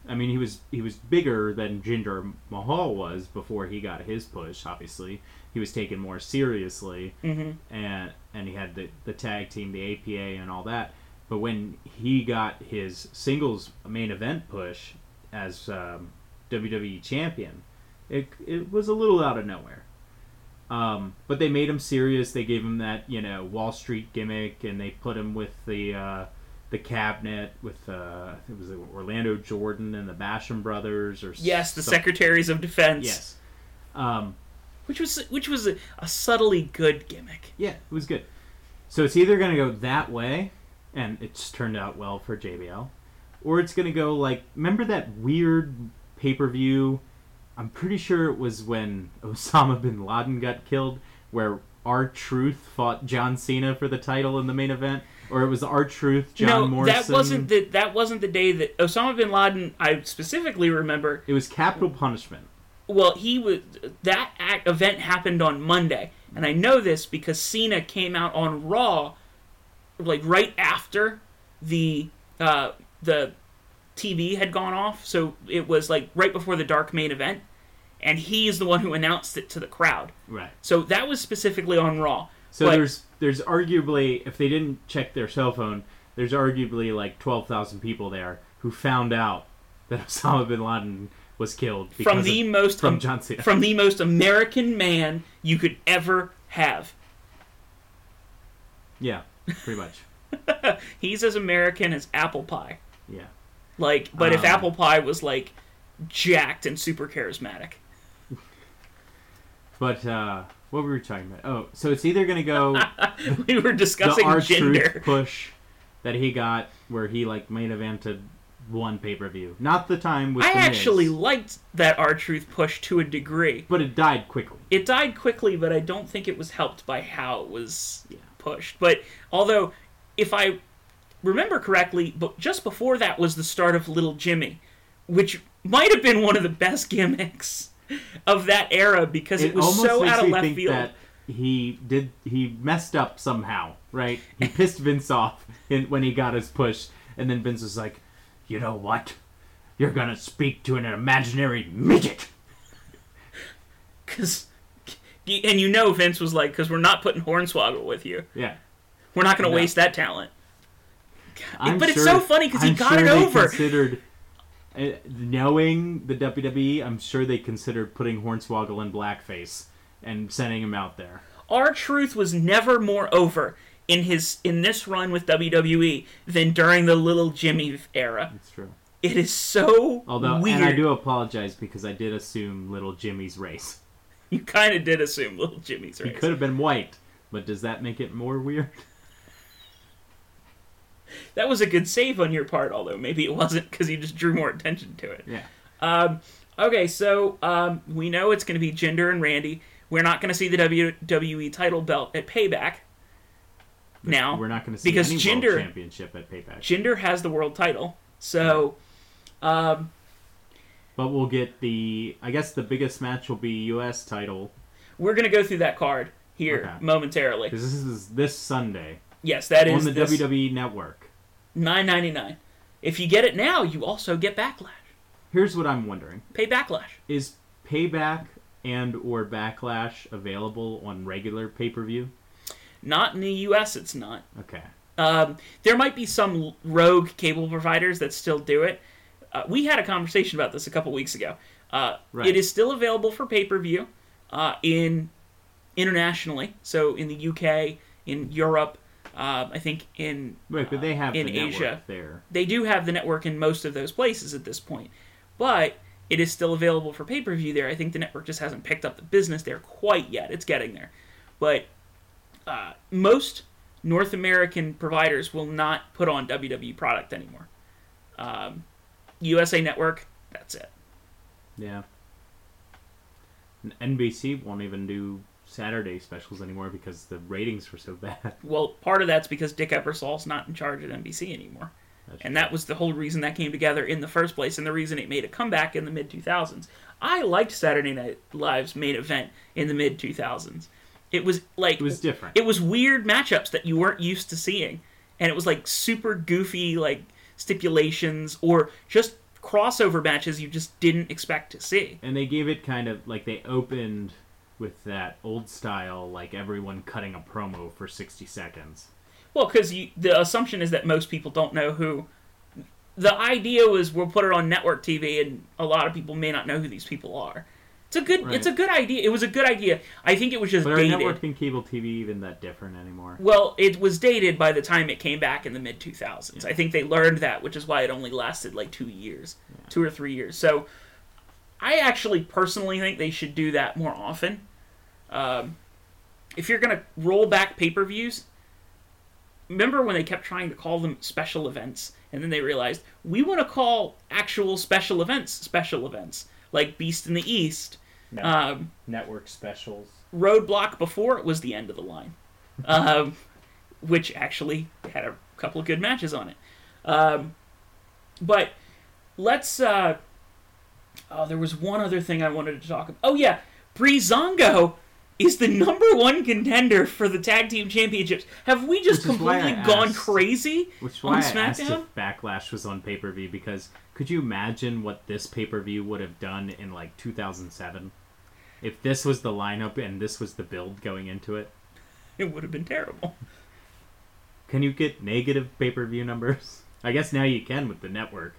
Speaker 1: I mean, he was he was bigger than Jinder Mahal was before he got his push. Obviously, he was taken more seriously,
Speaker 2: Mhm.
Speaker 1: and and he had the the tag team, the APA, and all that. But when he got his singles main event push as um, WWE champion, it it was a little out of nowhere. Um, but they made him serious. They gave him that you know Wall Street gimmick, and they put him with the uh, the cabinet with uh, it was Orlando Jordan and the Basham brothers, or
Speaker 2: yes, the
Speaker 1: some-
Speaker 2: secretaries of defense,
Speaker 1: Yes, um,
Speaker 2: which was which was a, a subtly good gimmick.
Speaker 1: yeah, it was good. So it's either gonna go that way, and it's turned out well for JBL, or it's gonna go like remember that weird pay per view. I'm pretty sure it was when Osama bin Laden got killed, where R Truth fought John Cena for the title in the main event, or it was R Truth John
Speaker 2: no,
Speaker 1: Morrison.
Speaker 2: that wasn't the that wasn't the day that Osama bin Laden. I specifically remember.
Speaker 1: It was Capital Punishment.
Speaker 2: Well, he was that act, event happened on Monday, and I know this because Cena came out on Raw, like right after the uh, the TV had gone off, so it was like right before the Dark main event, and he is the one who announced it to the crowd.
Speaker 1: Right.
Speaker 2: So that was specifically on Raw.
Speaker 1: So
Speaker 2: But-
Speaker 1: there's there's arguably if they didn't check their cell phone, there's arguably like twelve thousand people there who found out that Osama bin Laden was killed because
Speaker 2: from the
Speaker 1: of-
Speaker 2: most
Speaker 1: from John Cena.
Speaker 2: from the most American man you could ever have.
Speaker 1: yeah, pretty much.
Speaker 2: He's as American as apple pie.
Speaker 1: Yeah.
Speaker 2: Like, but if
Speaker 1: Um,
Speaker 2: apple pie was like jacked and super charismatic,
Speaker 1: But uh, what were we talking about? Oh, so it's either gonna go
Speaker 2: we were
Speaker 1: the
Speaker 2: discussing
Speaker 1: R
Speaker 2: gender.
Speaker 1: Truth push that he got where he like main evented one pay per view, not the time with
Speaker 2: I
Speaker 1: the Miz,
Speaker 2: actually liked that R truth push to a degree.
Speaker 1: but it died quickly.
Speaker 2: It died quickly, but I don't think it was helped by how it was
Speaker 1: Yeah.
Speaker 2: pushed. But although, if I remember correctly, but just before that was the start of Little Jimmy, which might have been one of the best gimmicks of that era because it,
Speaker 1: it
Speaker 2: was
Speaker 1: almost
Speaker 2: so
Speaker 1: makes
Speaker 2: out of
Speaker 1: me
Speaker 2: left
Speaker 1: think
Speaker 2: field.
Speaker 1: that he did he messed up somehow, right? He pissed Vince off in, when he got his push, and then Vince was like, "You know what? You're gonna speak to an imaginary midget."
Speaker 2: Cause, and you know Vince was like, because we're not putting Hornswoggle with you.
Speaker 1: Yeah,
Speaker 2: We're not going to
Speaker 1: No.
Speaker 2: waste that talent.
Speaker 1: I'm
Speaker 2: but it's
Speaker 1: sure-
Speaker 2: so funny because he
Speaker 1: I'm
Speaker 2: got
Speaker 1: sure
Speaker 2: it
Speaker 1: they
Speaker 2: over.
Speaker 1: Considered uh, knowing the WWE, I'm sure they considered putting Hornswoggle in blackface and sending him out there.
Speaker 2: Our truth was never more over in his in this run with WWE than during the Little Jimmy era.
Speaker 1: It's true.
Speaker 2: It is so
Speaker 1: Although,
Speaker 2: weird.
Speaker 1: and I do apologize because I did assume Little Jimmy's race.
Speaker 2: You kind of did assume Little Jimmy's
Speaker 1: He
Speaker 2: race.
Speaker 1: could have been white, but does that make it more weird?
Speaker 2: That was a good save on your part, although maybe it wasn't because you just drew more attention to it.
Speaker 1: Yeah.
Speaker 2: Um, okay, so um, we know it's going to be Jinder and Randy. We're not going to see the WWE title belt at Payback. Now
Speaker 1: we're not going to see
Speaker 2: because
Speaker 1: any
Speaker 2: gender-
Speaker 1: world championship at Payback,
Speaker 2: Jinder has the world title, so um,
Speaker 1: but we'll get the. I guess the biggest match will be U.S. title
Speaker 2: we're going to go through that card here
Speaker 1: Okay.
Speaker 2: momentarily.
Speaker 1: because this is this Sunday
Speaker 2: Yes, that
Speaker 1: on
Speaker 2: is
Speaker 1: the
Speaker 2: this
Speaker 1: WWE Network.
Speaker 2: nine ninety nine. If you get it now, you also get backlash.
Speaker 1: Here's what I'm wondering:
Speaker 2: Pay backlash.
Speaker 1: Is Payback and or Backlash available on regular pay per view?
Speaker 2: Not in the U.S. It's not.
Speaker 1: Okay.
Speaker 2: Um, there might be some rogue cable providers that still do it. Uh, we had a conversation about this a couple weeks ago. Uh,
Speaker 1: Right.
Speaker 2: It is still available for pay per view uh, in internationally, so in the UK, in Europe, uh, I think in
Speaker 1: Right, but they have
Speaker 2: Uh, in
Speaker 1: the network
Speaker 2: Asia.
Speaker 1: there.
Speaker 2: they do have the network in most of those places at this point, but it is still available for pay per view there. I think the network just hasn't picked up the business there quite yet. It's getting there, but uh, most North American providers will not put on WWE product anymore. Um, USA Network, that's it.
Speaker 1: Yeah. NBC won't even do Saturday specials anymore because the ratings were so bad.
Speaker 2: Well, part of that's because Dick Ebersol's not in charge at NBC anymore.
Speaker 1: That's
Speaker 2: And that was the whole reason that came together in the first place and the reason it made a comeback in the mid 2000s. I liked Saturday Night Live's main event in the mid 2000s. It was like
Speaker 1: it was different.
Speaker 2: it was weird matchups that you weren't used to seeing and it was like super goofy like stipulations or just crossover matches you just didn't expect to see
Speaker 1: and they gave it kind of like they opened with that old style, like everyone cutting a promo for sixty seconds.
Speaker 2: well because the assumption is that most people don't know who the idea was we'll put it on network tv and a lot of people may not know who these people are it's a good it's a
Speaker 1: Right.
Speaker 2: good idea it was a good idea i think it was just
Speaker 1: But are
Speaker 2: dated
Speaker 1: network and cable TV even that different anymore?
Speaker 2: well it was dated by the time it came back in the mid 2000s i think they learned that which is why it only lasted like two years two or three years so i actually personally think they should do that more often um, if you're going to roll back pay-per-views remember when they kept trying to call them special events and then they realized we want to call actual special events special events like beast in the east
Speaker 1: No.
Speaker 2: um,
Speaker 1: network specials.
Speaker 2: roadblock before it was the end of the line, um, which actually had a couple of good matches on it. Um, but let's. Uh, oh, there was one other thing I wanted to talk about. Oh yeah, Breezango is the number one contender for the tag team championships. Have we just
Speaker 1: Which is why I
Speaker 2: completely gone
Speaker 1: asked.
Speaker 2: crazy
Speaker 1: Which is
Speaker 2: on
Speaker 1: why I asked
Speaker 2: SmackDown?
Speaker 1: if Backlash was on pay per view because could you imagine what this pay per view would have done in like 2007 if this was the lineup and this was the build going into it?
Speaker 2: It would have been terrible.
Speaker 1: Can you get negative pay per view numbers? I guess now you can with the network,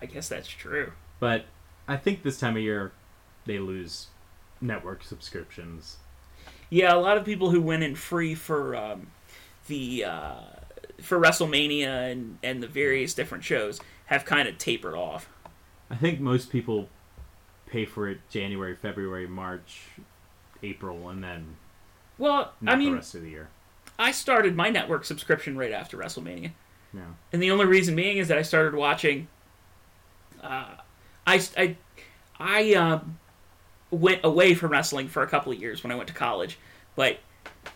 Speaker 2: I guess that's true.
Speaker 1: but I think this time of year they lose network subscriptions.
Speaker 2: Yeah, a lot of people who went in free for um, the uh, for WrestleMania and, and the various different shows have kind of tapered off.
Speaker 1: I think most people pay for it January, February, March, April, and then
Speaker 2: Well,
Speaker 1: not
Speaker 2: I
Speaker 1: the
Speaker 2: mean,
Speaker 1: rest of the year.
Speaker 2: I started my network subscription right after WrestleMania,
Speaker 1: No.
Speaker 2: and the only reason being is that I started watching. Uh, I I I um, went away from wrestling for a couple of years when I went to college, but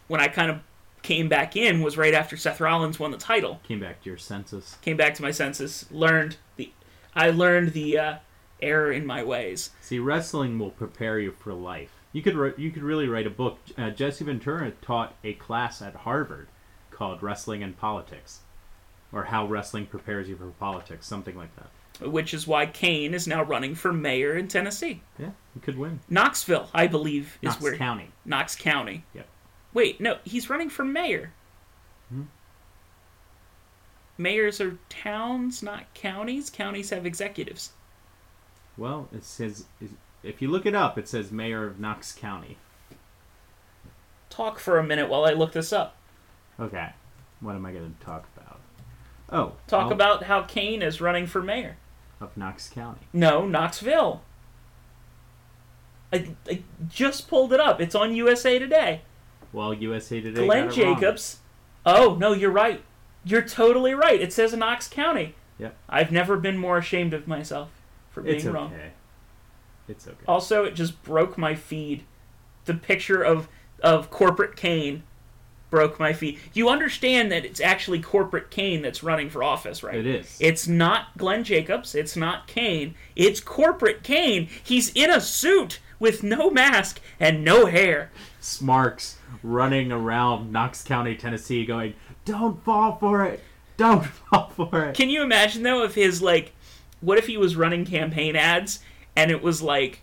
Speaker 2: when I kind of came back in was right after Seth Rollins won the title.
Speaker 1: Came back to your senses.
Speaker 2: came back to my senses, learned the, I learned the uh, error in my ways.
Speaker 1: See, wrestling will prepare you for life. You could wri- you could really write a book. Uh, Jesse Ventura taught a class at Harvard called Wrestling and Politics, or How Wrestling Prepares You for Politics, something like that.
Speaker 2: Which is why Kane is now running for mayor in Tennessee.
Speaker 1: Yeah, you could win.
Speaker 2: Knoxville, I believe, is
Speaker 1: Knox
Speaker 2: where
Speaker 1: County.
Speaker 2: Knox County.
Speaker 1: Yep. Hmm?
Speaker 2: Wait, no, he's running for mayor. Mayors are towns, not counties. Counties have executives.
Speaker 1: Well, it says is- if you look it up, it says mayor of Knox County.
Speaker 2: Talk for a minute while I look this up.
Speaker 1: Okay, what am I going to talk about? Oh,
Speaker 2: Talk
Speaker 1: I'll-
Speaker 2: about how Kane is running for mayor.
Speaker 1: of Knox County.
Speaker 2: No, Knoxville. I, I just pulled it up. It's on USA Today.
Speaker 1: Well, USA Today.
Speaker 2: Glenn
Speaker 1: got it wrong.
Speaker 2: Jacobs. Oh, no, you're right. You're totally right. It says Knox County.
Speaker 1: Yep.
Speaker 2: I've never been more ashamed of myself for being
Speaker 1: It's okay.
Speaker 2: wrong.
Speaker 1: It's okay.
Speaker 2: Also, it just broke my feed. The picture of of corporate Kane broke my feed. You understand that it's actually corporate Kane that's running for office, right?
Speaker 1: It is.
Speaker 2: It's not Glenn Jacobs. It's not Kane. It's corporate Kane. He's in a suit with no mask and no hair.
Speaker 1: Smarks running around Knox County, Tennessee, going, "Don't fall for it! Don't fall for it!"
Speaker 2: Can you imagine though if his like what if he was running campaign ads and it was like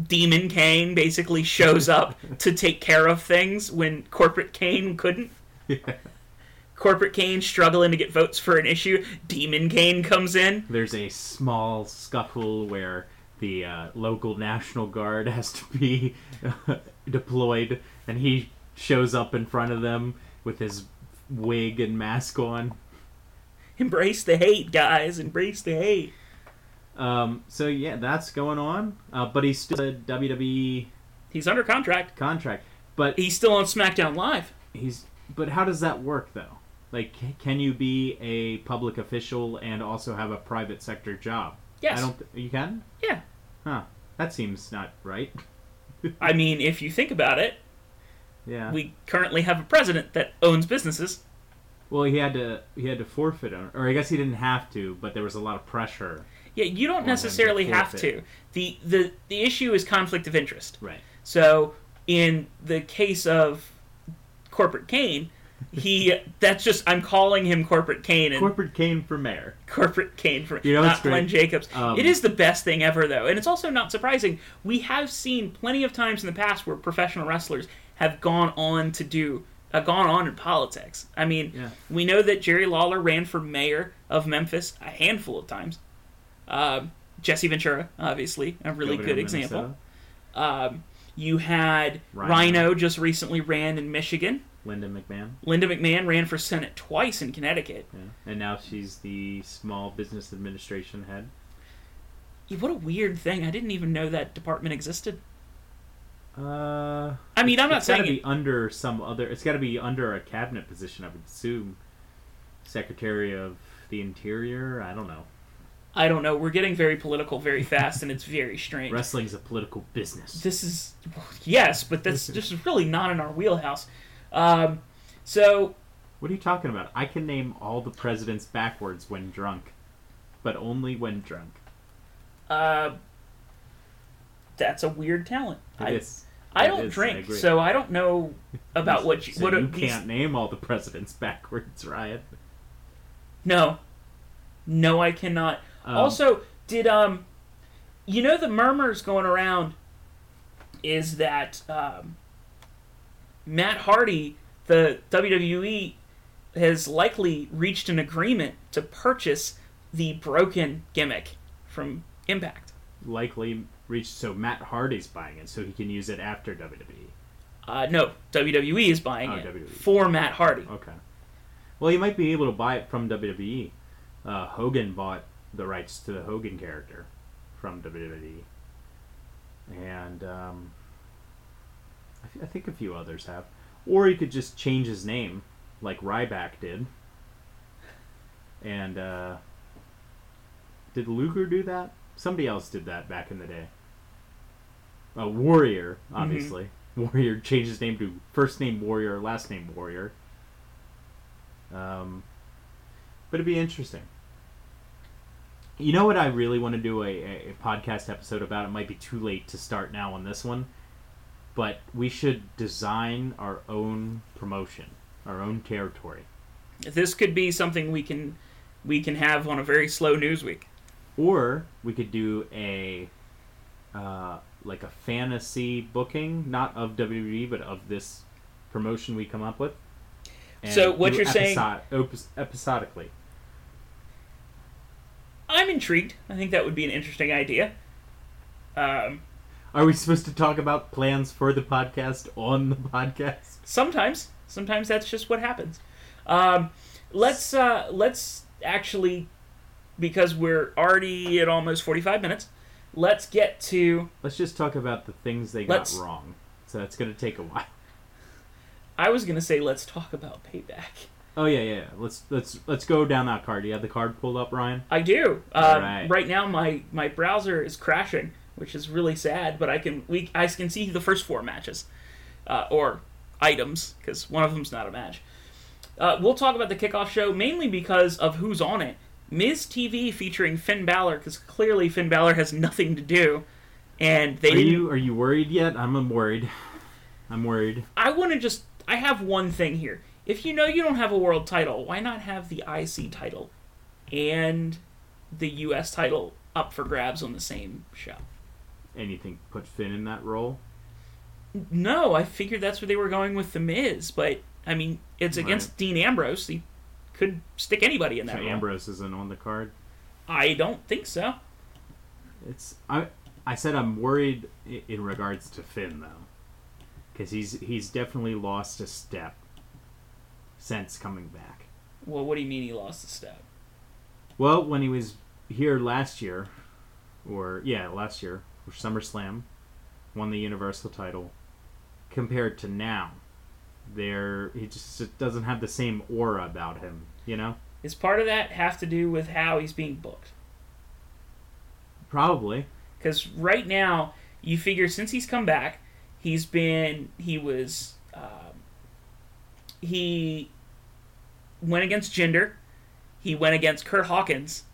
Speaker 2: Demon Kane basically shows up to take care of things when corporate Kane couldn't? Corporate Kane struggling to get votes for an issue. Demon Kane comes in.
Speaker 1: There's a small scuffle where the uh, local National Guard has to be uh, deployed, and he shows up in front of them with his wig and mask on.
Speaker 2: Embrace the hate, guys. Embrace the hate.
Speaker 1: Um, so yeah, that's going on. Uh, but he's still a WWE
Speaker 2: He's under contract.
Speaker 1: contract. But
Speaker 2: He's still on SmackDown Live.
Speaker 1: he's but how does that work though? Like, c- can you be a public official and also have a private sector job?
Speaker 2: Yes.
Speaker 1: I don't. th- You can.
Speaker 2: Yeah.
Speaker 1: Huh. That seems not right.
Speaker 2: I mean, if you think about it,
Speaker 1: Yeah.
Speaker 2: we currently have a president that owns businesses.
Speaker 1: well, he had to he had to forfeit, or or I guess he didn't have to, but there was a lot of pressure.
Speaker 2: Yeah, you don't
Speaker 1: them to
Speaker 2: necessarily have to.
Speaker 1: forfeit.
Speaker 2: The, the the issue is conflict of interest.
Speaker 1: Right.
Speaker 2: So in the case of corporate Kane, he that's just I'm calling him corporate Kane and
Speaker 1: Corporate Kane for mayor.
Speaker 2: corporate Kane for
Speaker 1: You know,
Speaker 2: not
Speaker 1: it's great.
Speaker 2: Glenn Jacobs.
Speaker 1: Um,
Speaker 2: it is the best thing ever though, and it's also not surprising. We have seen plenty of times in the past where professional wrestlers have gone on to do uh, gone on in politics. I mean,
Speaker 1: Yeah.
Speaker 2: we know that Jerry Lawler ran for mayor of Memphis a handful of times. Um, Jesse Ventura, obviously, a really
Speaker 1: Governor
Speaker 2: good
Speaker 1: of
Speaker 2: example.
Speaker 1: Minnesota.
Speaker 2: Um, you had Rhino.
Speaker 1: Rhino.
Speaker 2: just recently ran in Michigan.
Speaker 1: Linda McMahon.
Speaker 2: Linda McMahon ran for Senate twice in Connecticut.
Speaker 1: Yeah. And now she's the Small Business Administration head.
Speaker 2: Yeah, What a weird thing! I didn't even know that department existed.
Speaker 1: Uh,
Speaker 2: I mean, I'm not
Speaker 1: it's got to
Speaker 2: saying
Speaker 1: be
Speaker 2: it,
Speaker 1: under some other. It's got to be under a cabinet position, I would assume. Secretary of the Interior. I don't know.
Speaker 2: I don't know. We're getting very political very fast, and it's very strange.
Speaker 1: Wrestling's a political business.
Speaker 2: this is yes, but that's just really not in our wheelhouse. Um, so
Speaker 1: What are you talking about? I can name all the presidents backwards when drunk, but only when drunk.
Speaker 2: uh, that's a weird talent.
Speaker 1: It
Speaker 2: I,
Speaker 1: is-
Speaker 2: I
Speaker 1: it
Speaker 2: don't
Speaker 1: is, I
Speaker 2: drink,
Speaker 1: agree.
Speaker 2: so I don't know about what you,
Speaker 1: So
Speaker 2: what
Speaker 1: you
Speaker 2: a, these
Speaker 1: can't name all the presidents backwards, Ryan.
Speaker 2: No. No, I cannot.
Speaker 1: Um,
Speaker 2: also, did um you know the murmurs going around is that um Matt Hardy, the WWE has likely reached an agreement to purchase the broken gimmick from Impact.
Speaker 1: Likely reached so Matt Hardy's buying it so he can use it after E. WWE.
Speaker 2: Uh, no, WWE is buying
Speaker 1: Oh,
Speaker 2: it
Speaker 1: WWE.
Speaker 2: for Matt Hardy.
Speaker 1: Okay. Well, you might be able to buy it from WWE. Uh, Hogan bought the rights to the Hogan character from WWE, and um, I, thi- I think a few others have. Or you could just change his name, like Ryback did. And uh, did Luger do that? Somebody else did that back in the day. Uh, Warrior, obviously. Warrior changed his name to first name Warrior, last name Warrior. Um, but it'd be interesting. You know what I really want to do a, a, a podcast episode about? It might be too late to start now on this one, but we should design our own promotion, our own territory.
Speaker 2: This could be something we can we can have on a very slow news week.
Speaker 1: or we could do a uh, like a fantasy booking, not of WWE, but of this promotion we come up with.
Speaker 2: So what
Speaker 1: do
Speaker 2: you're saying-
Speaker 1: opus, episodically,
Speaker 2: I'm intrigued. I think that would be an interesting idea. Um,
Speaker 1: are we supposed to talk about plans for the podcast on the podcast?
Speaker 2: sometimes, sometimes that's just what happens. Um, let's uh, let's actually, because we're already at almost 45 minutes. Let's get to.
Speaker 1: Let's just talk about the things they
Speaker 2: Let's-
Speaker 1: got wrong. So that's gonna take a while.
Speaker 2: I was gonna say let's talk about payback.
Speaker 1: Oh yeah, yeah. yeah. Let's let's let's go down that card. You have the card pulled up, Ryan.
Speaker 2: I do. Um, right.
Speaker 1: Right.
Speaker 2: now, my my browser is crashing, which is really sad. But I can we I can see the first four matches, uh, or items, because one of them's not a match. Uh, we'll talk about the kickoff show mainly because of who's on it. Miz TV featuring Finn Balor, because clearly Finn Balor has nothing to do, and they
Speaker 1: Are
Speaker 2: didn't-
Speaker 1: you are you worried yet? I'm worried. I'm worried.
Speaker 2: I want to just. I have one thing here. If you know you don't have a world title, why not have the IC title and the US title up for grabs on the same show?
Speaker 1: Anything put Finn in that role?
Speaker 2: No, I figured that's where they were going with The Miz, but I mean, it's against Dean Ambrose. He could stick anybody in
Speaker 1: So
Speaker 2: that. role.
Speaker 1: Ambrose isn't on the card.
Speaker 2: I don't think so.
Speaker 1: It's I I said I'm worried i- in regards to Finn though, because he's he's definitely lost a step since coming back.
Speaker 2: Well, what do you mean he lost the step?
Speaker 1: Well, when he was here last year, or yeah, last year, or SummerSlam, won the Universal title. Compared to now, there he just doesn't have the same aura about him. You know,
Speaker 2: Is part of that have to do with how he's being booked?
Speaker 1: probably
Speaker 2: Because right now, you figure since he's come back, he's been he was um, he went against Jinder, he went against Kurt Hawkins,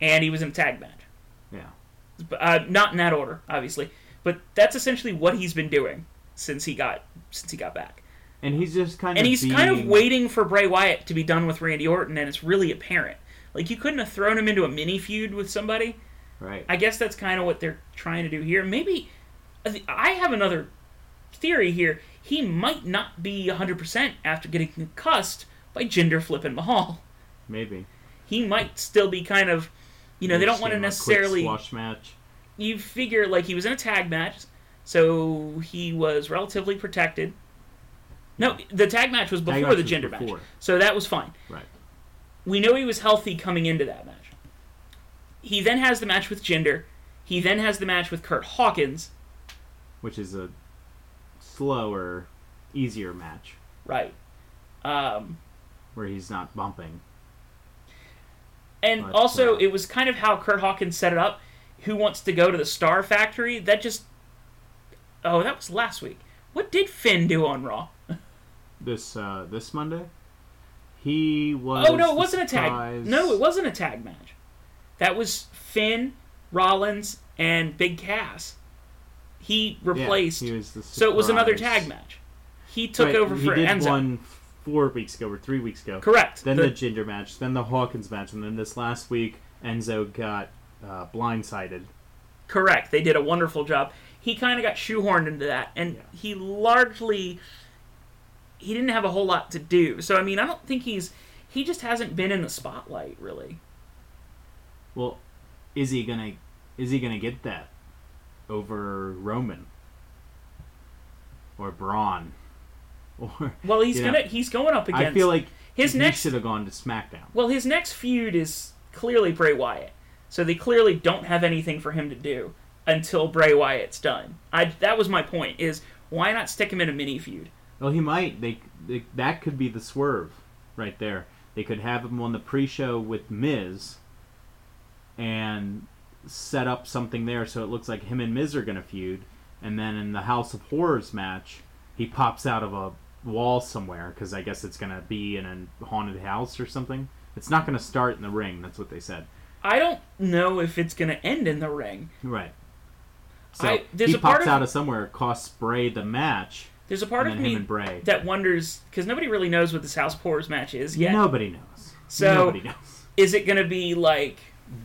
Speaker 2: and he was in a tag match.
Speaker 1: Yeah.
Speaker 2: But, uh, not in that order, obviously. But that's essentially what he's been doing since he got since he got back.
Speaker 1: And he's just kind
Speaker 2: And
Speaker 1: of
Speaker 2: he's kind of
Speaker 1: being-
Speaker 2: waiting for Bray Wyatt to be done with Randy Orton, and it's really apparent. Like you couldn't have thrown him into a mini feud with somebody.
Speaker 1: right.
Speaker 2: I guess that's kind of what they're trying to do here. Maybe I thi- I have another theory here. He might not be 100% after getting concussed by Jinder flipping Mahal.
Speaker 1: Maybe.
Speaker 2: He might still be kind of, you know, they don't want to
Speaker 1: Just, you know, a quick
Speaker 2: necessarily.
Speaker 1: squash match.
Speaker 2: You figure like he was in a tag match, so he was relatively protected. No, the tag match was
Speaker 1: Tag
Speaker 2: before
Speaker 1: match
Speaker 2: the
Speaker 1: was
Speaker 2: gender
Speaker 1: before.
Speaker 2: match, so that was fine.
Speaker 1: Right.
Speaker 2: We know he was healthy coming into that match. He then has the match with Jinder. He then has the match with Kurt Hawkins.
Speaker 1: Which is a slower, easier match
Speaker 2: Right. Um,
Speaker 1: where he's not bumping.
Speaker 2: and
Speaker 1: But,
Speaker 2: also,
Speaker 1: uh,
Speaker 2: it was kind of how Kurt Hawkins set it up. Who wants to go to the Star Factory? That just. Oh, that was last week. What did Finn do on Raw?
Speaker 1: This uh this Monday, he was.
Speaker 2: Oh no, it wasn't a tag.
Speaker 1: surprised-
Speaker 2: No, it wasn't a tag match. That was Finn, Rollins, and Big Cass. He
Speaker 1: Yeah,
Speaker 2: replaced.
Speaker 1: he was the
Speaker 2: so it was another
Speaker 1: surprise.
Speaker 2: tag match. He took
Speaker 1: Right,
Speaker 2: over
Speaker 1: he
Speaker 2: for
Speaker 1: did
Speaker 2: Enzo.
Speaker 1: one four weeks ago or three weeks ago.
Speaker 2: Correct.
Speaker 1: Then
Speaker 2: The-
Speaker 1: the, Ginger match, then the Hawkins match, and then this last week Enzo got uh, blindsided.
Speaker 2: Correct. They did a wonderful job. He kind of got shoehorned into that, and
Speaker 1: Yeah.
Speaker 2: he largely he didn't have a whole lot to do. So I mean, I don't think he's he just hasn't been in the spotlight really.
Speaker 1: Well, is he gonna is he gonna get that over Roman or Braun or?
Speaker 2: Well, he's
Speaker 1: you know,
Speaker 2: gonna he's going up against.
Speaker 1: I feel like
Speaker 2: his
Speaker 1: he
Speaker 2: next-
Speaker 1: should have gone to SmackDown.
Speaker 2: well, his next feud is clearly Bray Wyatt, so they clearly don't have anything for him to do until Bray Wyatt's done. I that was my point is why not stick him in a mini feud?
Speaker 1: Well, he might. They, they that could be the swerve right there. They could have him on the pre-show with Miz and set up something there so it looks like him and Miz are gonna feud, and then in the House of Horrors match, he pops out of a wall somewhere because I guess it's gonna be in a haunted house or something. It's not gonna start in the ring. That's what they said.
Speaker 2: I don't know if it's going to end in the ring.
Speaker 1: Right. So
Speaker 2: I- there's
Speaker 1: he
Speaker 2: a part
Speaker 1: pops
Speaker 2: of-
Speaker 1: out of somewhere, costs Bray the match,
Speaker 2: There's a part
Speaker 1: and
Speaker 2: of
Speaker 1: then
Speaker 2: me
Speaker 1: him and Bray.
Speaker 2: that wonders because nobody really knows what this House Pours match is yet.
Speaker 1: Nobody knows.
Speaker 2: So-
Speaker 1: nobody knows.
Speaker 2: Is it going to be like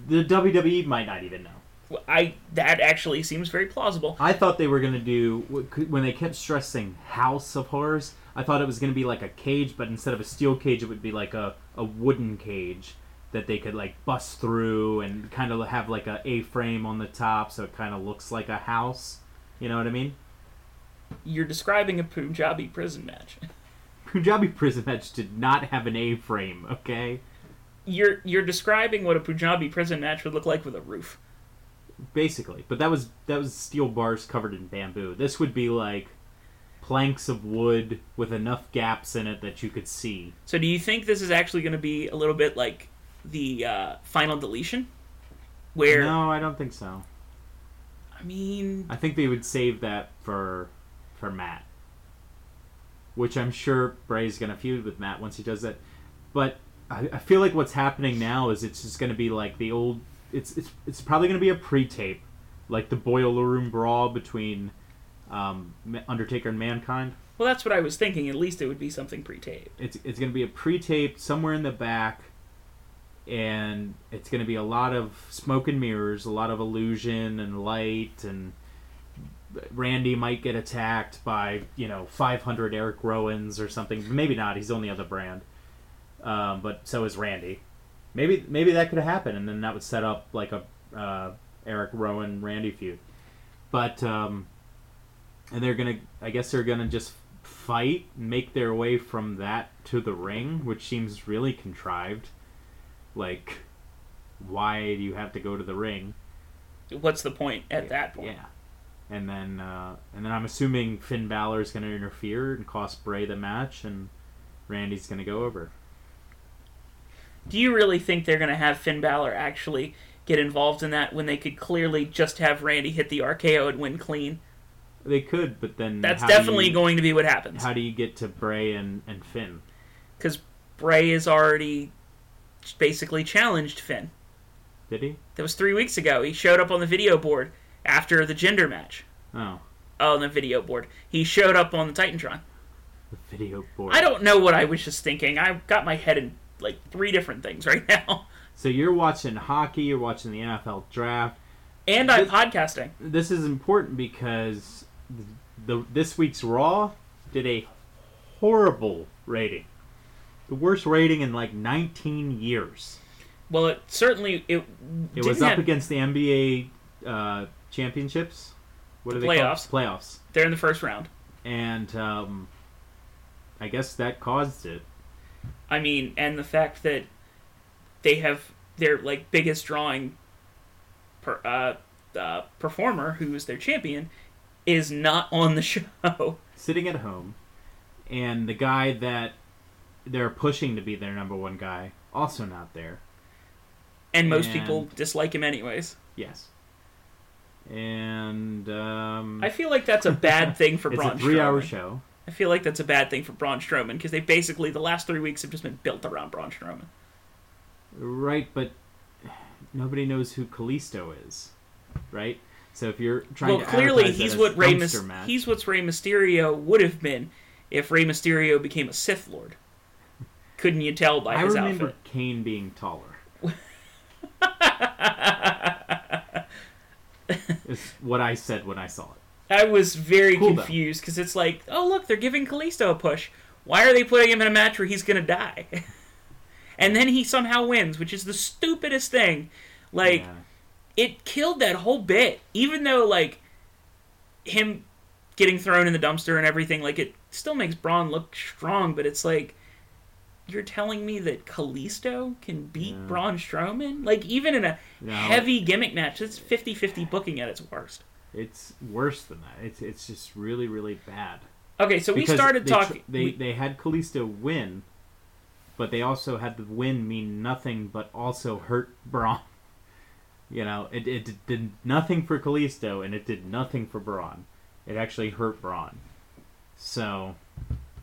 Speaker 1: The WWE might not even know.
Speaker 2: I? That actually seems very plausible.
Speaker 1: I thought they were going to do when they kept stressing House of Horrors. I thought it was going to be like a cage, but instead of a steel cage, it would be like a, a wooden cage that they could like bust through and kind of have like a A frame on the top, so it kind of looks like a house. You know what I mean?
Speaker 2: You're describing a Punjabi prison match.
Speaker 1: Punjabi prison match did not have an A frame. Okay,
Speaker 2: You're you're describing what a Punjabi prison match would look like with a roof.
Speaker 1: basically, but that was that was steel bars covered in bamboo. This would be like planks of wood with enough gaps in it that you could see.
Speaker 2: So do you think this is actually going to be a little bit like the uh, final deletion, where
Speaker 1: No, I don't think so.
Speaker 2: I mean,
Speaker 1: I think they would save that for for Matt, which I'm sure Bray's gonna feud with Matt once he does that. But I, I feel like what's happening now is it's just gonna be like the old. It's it's it's probably gonna be a pre-tape, like the boiler room brawl between um, Ma- Undertaker and Mankind.
Speaker 2: well that's what I was thinking. At least it would be something pre-taped.
Speaker 1: It's it's gonna be a pre-tape somewhere in the back. And it's going to be a lot of smoke and mirrors, a lot of illusion and light, and Randy might get attacked by you know 500 Eric Rowans or something. Maybe not. He's on the other brand, um, but so is Randy. Maybe maybe that could happen, and then that would set up like a uh, Eric Rowan Randy feud. But um, and they're gonna. I guess they're gonna just fight, make their way from that to the ring, which seems really contrived. Like, why do you have to go to the ring?
Speaker 2: What's the point at that point?
Speaker 1: Yeah. And then uh, and then I'm assuming Finn Balor is going to interfere and cost Bray the match, and Randy's going to go over.
Speaker 2: Do you really think they're going to have Finn Balor actually get involved in that when they could clearly just have Randy hit the RKO and win clean.
Speaker 1: They could, but then
Speaker 2: That's
Speaker 1: how do
Speaker 2: definitely
Speaker 1: you-
Speaker 2: going to be what happens
Speaker 1: How do you get to Bray and, and Finn?
Speaker 2: because Bray is already basically challenged Finn.
Speaker 1: Did he?
Speaker 2: That was three weeks ago. He showed up on the video board after the gender match.
Speaker 1: Oh,
Speaker 2: On the video board, he showed up on the Titantron.
Speaker 1: the video board.
Speaker 2: I don't know what I was just thinking. I've got my head in like three different things right now,
Speaker 1: So you're watching hockey. You're watching the NFL draft.
Speaker 2: and I'm
Speaker 1: This-
Speaker 2: podcasting.
Speaker 1: This is important because the, the this week's Raw did a horrible rating, the worst rating in like 19 years.
Speaker 2: Well, it certainly it
Speaker 1: It
Speaker 2: didn't
Speaker 1: was up
Speaker 2: have-
Speaker 1: against the NBA uh, championships. What are
Speaker 2: The
Speaker 1: they
Speaker 2: playoffs.
Speaker 1: called? Playoffs.
Speaker 2: They're in the first round.
Speaker 1: And um, I guess that caused it.
Speaker 2: I mean, and the fact that they have their like biggest drawing per, uh, uh, performer, who is their champion, is not on the show.
Speaker 1: Sitting at home, and the guy that they're pushing to be their number one guy also not there.
Speaker 2: And most
Speaker 1: And-
Speaker 2: people dislike him anyways.
Speaker 1: Yes. And um,
Speaker 2: I feel like that's a bad thing for
Speaker 1: it's
Speaker 2: Braun
Speaker 1: a three-hour
Speaker 2: Strowman.
Speaker 1: show.
Speaker 2: I feel like that's a bad thing for Braun Strowman because they basically the last three weeks have just been built around Braun Strowman.
Speaker 1: Right, but nobody knows who Kalisto is, right? So if you're trying
Speaker 2: well,
Speaker 1: to
Speaker 2: clearly
Speaker 1: advertise it
Speaker 2: he's
Speaker 1: as
Speaker 2: what Rey
Speaker 1: dumpster
Speaker 2: Mys-
Speaker 1: match,
Speaker 2: he's what's Rey Mysterio would have been if Rey Mysterio became a Sith Lord. Couldn't you tell by
Speaker 1: I
Speaker 2: his
Speaker 1: remember
Speaker 2: outfit?
Speaker 1: Kane being taller. It's what I said when I saw it.
Speaker 2: I was very
Speaker 1: Cool, though.
Speaker 2: confused because it's like, oh look, they're giving Kalisto a push. Why are they putting him in a match where he's gonna die? and then he somehow wins, which is the stupidest thing. Like
Speaker 1: Yeah.
Speaker 2: it killed that whole bit. Even though like him getting thrown in the dumpster and everything, like it still makes Braun look strong, but it's like you're telling me that Kalisto can beat
Speaker 1: Yeah.
Speaker 2: Braun Strowman? Like even in a
Speaker 1: No.
Speaker 2: heavy gimmick match, it's 50-50 booking at its worst.
Speaker 1: It's worse than that. It's it's just really really bad.
Speaker 2: Okay, so we
Speaker 1: Because
Speaker 2: started
Speaker 1: they tr-
Speaker 2: talking
Speaker 1: They
Speaker 2: we-
Speaker 1: they had Kalisto win, but they also had the win mean nothing, but also hurt Braun. You know, it it did nothing for Kalisto, and it did nothing for Braun. It actually hurt Braun. So,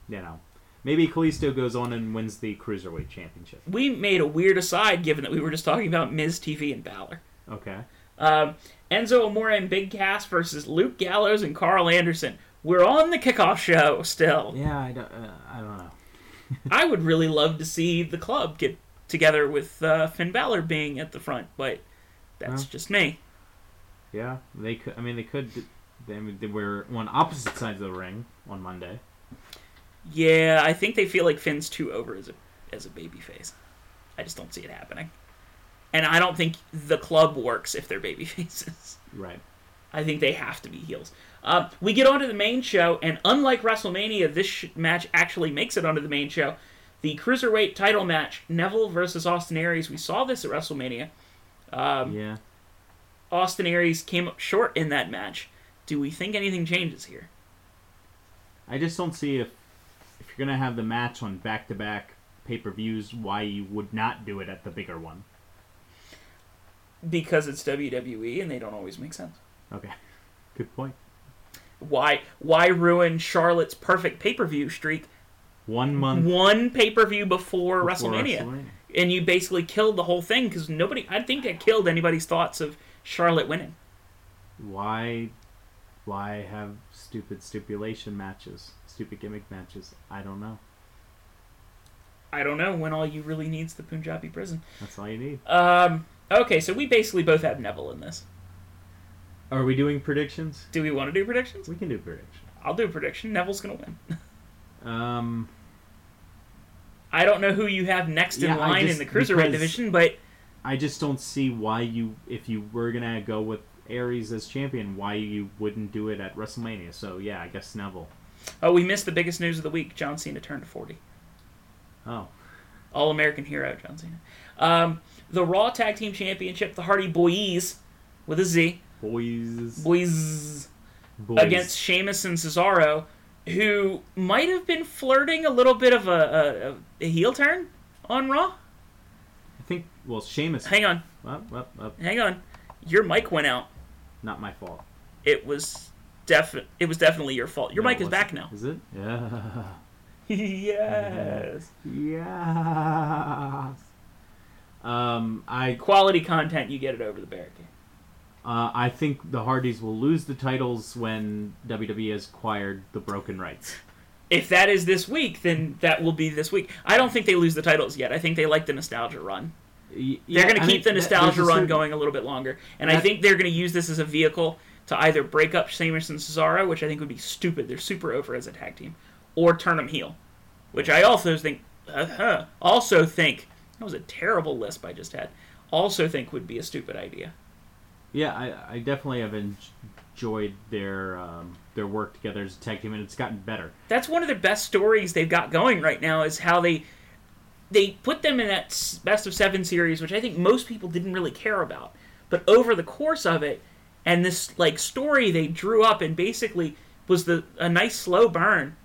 Speaker 1: you know, maybe Kalisto goes on and wins the cruiserweight championship.
Speaker 2: we made a weird aside given that we were just talking about Miz TV and Balor.
Speaker 1: Okay,
Speaker 2: Um, Enzo Amore and Big Cass versus Luke Gallows and Carl Anderson. We're on the kickoff show still.
Speaker 1: yeah, I don't, uh, I don't know.
Speaker 2: I would really love to see the club get together with uh, Finn Balor being at the front, but that's
Speaker 1: Well.
Speaker 2: just me.
Speaker 1: Yeah, they could. I mean, they could. d- They, I mean, they were on opposite sides of the ring on Monday.
Speaker 2: Yeah, I think they feel like Finn's too over as a as a babyface. I just don't see it happening, and I don't think the club works if they're babyfaces.
Speaker 1: Right.
Speaker 2: I think they have to be heels. Uh, we get onto the main show, and unlike WrestleMania, this sh- match actually makes it onto the main show. The cruiserweight title match, Neville versus Austin Aries. We saw this at WrestleMania.
Speaker 1: yeah.
Speaker 2: Austin Aries came up short in that match. Do we think anything changes here?
Speaker 1: I just don't see if if you're gonna have the match on back to back pay per views, why you would not do it at the bigger one.
Speaker 2: Because it's WWE and they don't always make sense.
Speaker 1: Okay. Good point.
Speaker 2: Why why ruin Charlotte's perfect pay-per-view streak
Speaker 1: One month
Speaker 2: one pay-per-view Um,
Speaker 1: before
Speaker 2: before, WrestleMania?
Speaker 1: WrestleMania.
Speaker 2: And you basically killed the whole thing cuz nobody I think it killed anybody's thoughts of Charlotte winning.
Speaker 1: Why why have stupid stipulation matches? Stupid gimmick matches. I don't know.
Speaker 2: I don't know when all you really needs the Punjabi prison.
Speaker 1: That's all you need.
Speaker 2: Um okay, so we basically both have Neville in this.
Speaker 1: Are we doing predictions?
Speaker 2: Do we want to do predictions?
Speaker 1: We can do predictions.
Speaker 2: I'll do a prediction. Neville's going to win.
Speaker 1: Um
Speaker 2: I don't know who you have next in
Speaker 1: Yeah, I
Speaker 2: line
Speaker 1: just-
Speaker 2: in the cruiserweight
Speaker 1: because-
Speaker 2: division, but
Speaker 1: I just don't see why you if you were gonna go with Aries as champion, why you wouldn't do it at WrestleMania. So yeah, I guess Neville.
Speaker 2: oh, we missed the biggest news of the week: John Cena turned 40.
Speaker 1: Oh.
Speaker 2: All American hero, John Cena. Um, the Raw Tag Team Championship: the Hardy Boys with a Z,
Speaker 1: Boys,
Speaker 2: Boys,
Speaker 1: boys.
Speaker 2: against Sheamus and Cesaro, who might have been flirting a little bit of a, a, a heel turn on Raw.
Speaker 1: I think well Sheamus
Speaker 2: Hang on,
Speaker 1: up, up, up.
Speaker 2: Hang on, your mic went out.
Speaker 1: Not my fault.
Speaker 2: It was def. It was definitely your fault. Your
Speaker 1: No,
Speaker 2: mic
Speaker 1: it
Speaker 2: is back
Speaker 1: wasn't.
Speaker 2: now.
Speaker 1: Is it? Yeah.
Speaker 2: yes.
Speaker 1: Yes. Um, I
Speaker 2: Quality content, you get it over the barricade.
Speaker 1: uh, I think the Hardys will lose the titles when WWE has acquired the Broken Rights.
Speaker 2: If that is this week, then that will be this week. I don't think they lose the titles yet. I think they like the nostalgia run.
Speaker 1: Y-
Speaker 2: They're
Speaker 1: yeah,
Speaker 2: going to
Speaker 1: I mean,
Speaker 2: keep the
Speaker 1: th- there's
Speaker 2: nostalgia
Speaker 1: a
Speaker 2: run
Speaker 1: certain-
Speaker 2: going a little bit longer, and I
Speaker 1: That-
Speaker 2: think they're going to use this as a vehicle to either break up Sheamus and Cesaro, which I think would be stupid. They're super over as a tag team, or turn them heel, which I also think, uh-huh, also think that was a terrible lisp I just had. Also think would be a stupid idea.
Speaker 1: Yeah, I, I definitely have en- enjoyed their um, their work together as a tag team, and it's gotten better.
Speaker 2: that's one of the best stories they've got going right now is how they they put them in that s- best of seven series which i think most people didn't really care about but over the course of it and this like story they drew up and basically was the a nice slow burn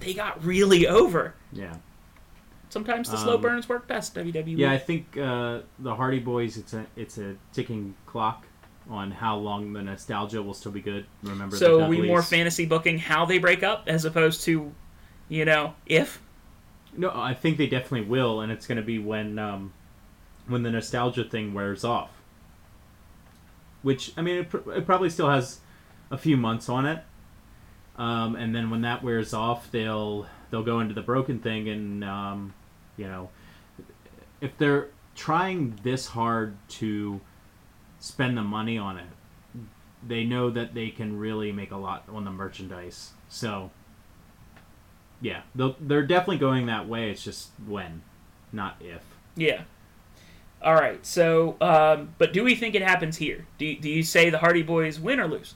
Speaker 2: they got really over
Speaker 1: Yeah.
Speaker 2: sometimes the slow
Speaker 1: Um,
Speaker 2: burns work best E. wwe
Speaker 1: Yeah, I think uh, the Hardy Boys. It's a it's a ticking clock on how long the nostalgia will still be good. Remember,
Speaker 2: so
Speaker 1: the
Speaker 2: are we
Speaker 1: Dudleys.
Speaker 2: more fantasy booking how they break up as opposed to you know if
Speaker 1: No, I think they definitely will, and it's going to be when um, when the nostalgia thing wears off. Which I mean, it, pr- it probably still has a few months on it, um, and then when that wears off, they'll they'll go into the broken thing, and um, you know, if they're trying this hard to spend the money on it, they know that they can really make a lot on the merchandise. So yeah, they'll- they're definitely going that way. It's just when, not if.
Speaker 2: Yeah. All right. So, um, but do we think it happens here? Do, do you say the Hardy Boys win or lose?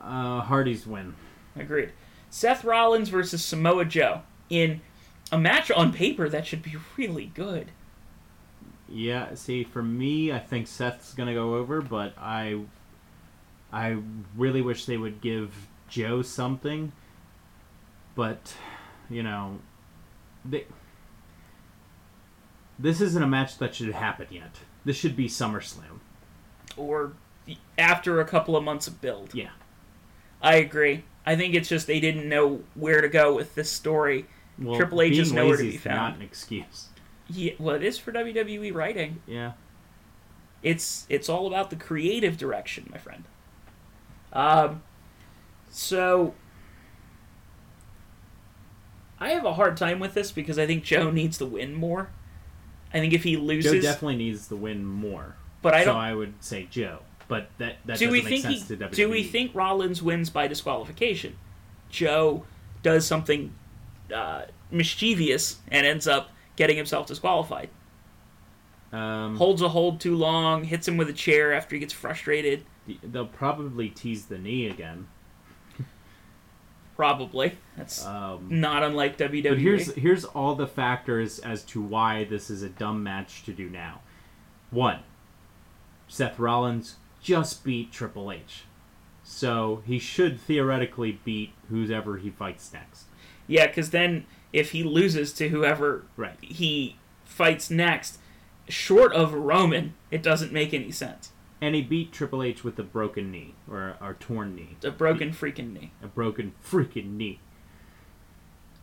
Speaker 1: Uh, Hardy's win.
Speaker 2: Agreed. Seth Rollins versus Samoa Joe in a match on paper that should be really good.
Speaker 1: Yeah, see, for me, I think Seth's gonna go over, but I, I really wish they would give Joe something. But, you know, they. This isn't a match that should happen yet. This should be SummerSlam.
Speaker 2: Or after a couple of months of build.
Speaker 1: Yeah.
Speaker 2: I agree. I think it's just they didn't know where to go with this story.
Speaker 1: Well,
Speaker 2: Triple H
Speaker 1: being
Speaker 2: is nowhere to
Speaker 1: lazy
Speaker 2: be
Speaker 1: is
Speaker 2: found.
Speaker 1: Not an excuse.
Speaker 2: Yeah, well, it is for WWE writing.
Speaker 1: Yeah.
Speaker 2: It's it's all about the creative direction, my friend. Um, so I have a hard time with this because I think Joe needs to win more. I think if he
Speaker 1: Joe
Speaker 2: loses,
Speaker 1: definitely needs to win more.
Speaker 2: but I
Speaker 1: so
Speaker 2: don't.
Speaker 1: I would say Joe, but that that
Speaker 2: do
Speaker 1: doesn't
Speaker 2: we
Speaker 1: make
Speaker 2: think
Speaker 1: sense
Speaker 2: he,
Speaker 1: to WWE.
Speaker 2: do we think Rollins wins by disqualification? Joe does something uh, mischievous and ends up getting himself disqualified.
Speaker 1: um,
Speaker 2: Holds a hold too long, hits him with a chair after he gets frustrated.
Speaker 1: they'll probably tease the knee again?
Speaker 2: Probably that's
Speaker 1: Um,
Speaker 2: not unlike E. WWE.
Speaker 1: but here's here's all the factors as to why this is a dumb match to do now. One, Seth Rollins just beat Triple H, so he should theoretically beat whoever he fights next.
Speaker 2: Yeah, because then if he loses to whoever
Speaker 1: Right.
Speaker 2: he fights next, short of Roman, it doesn't make any sense.
Speaker 1: And he beat Triple H with a broken knee or or torn knee.
Speaker 2: A broken freaking knee.
Speaker 1: a broken freaking knee.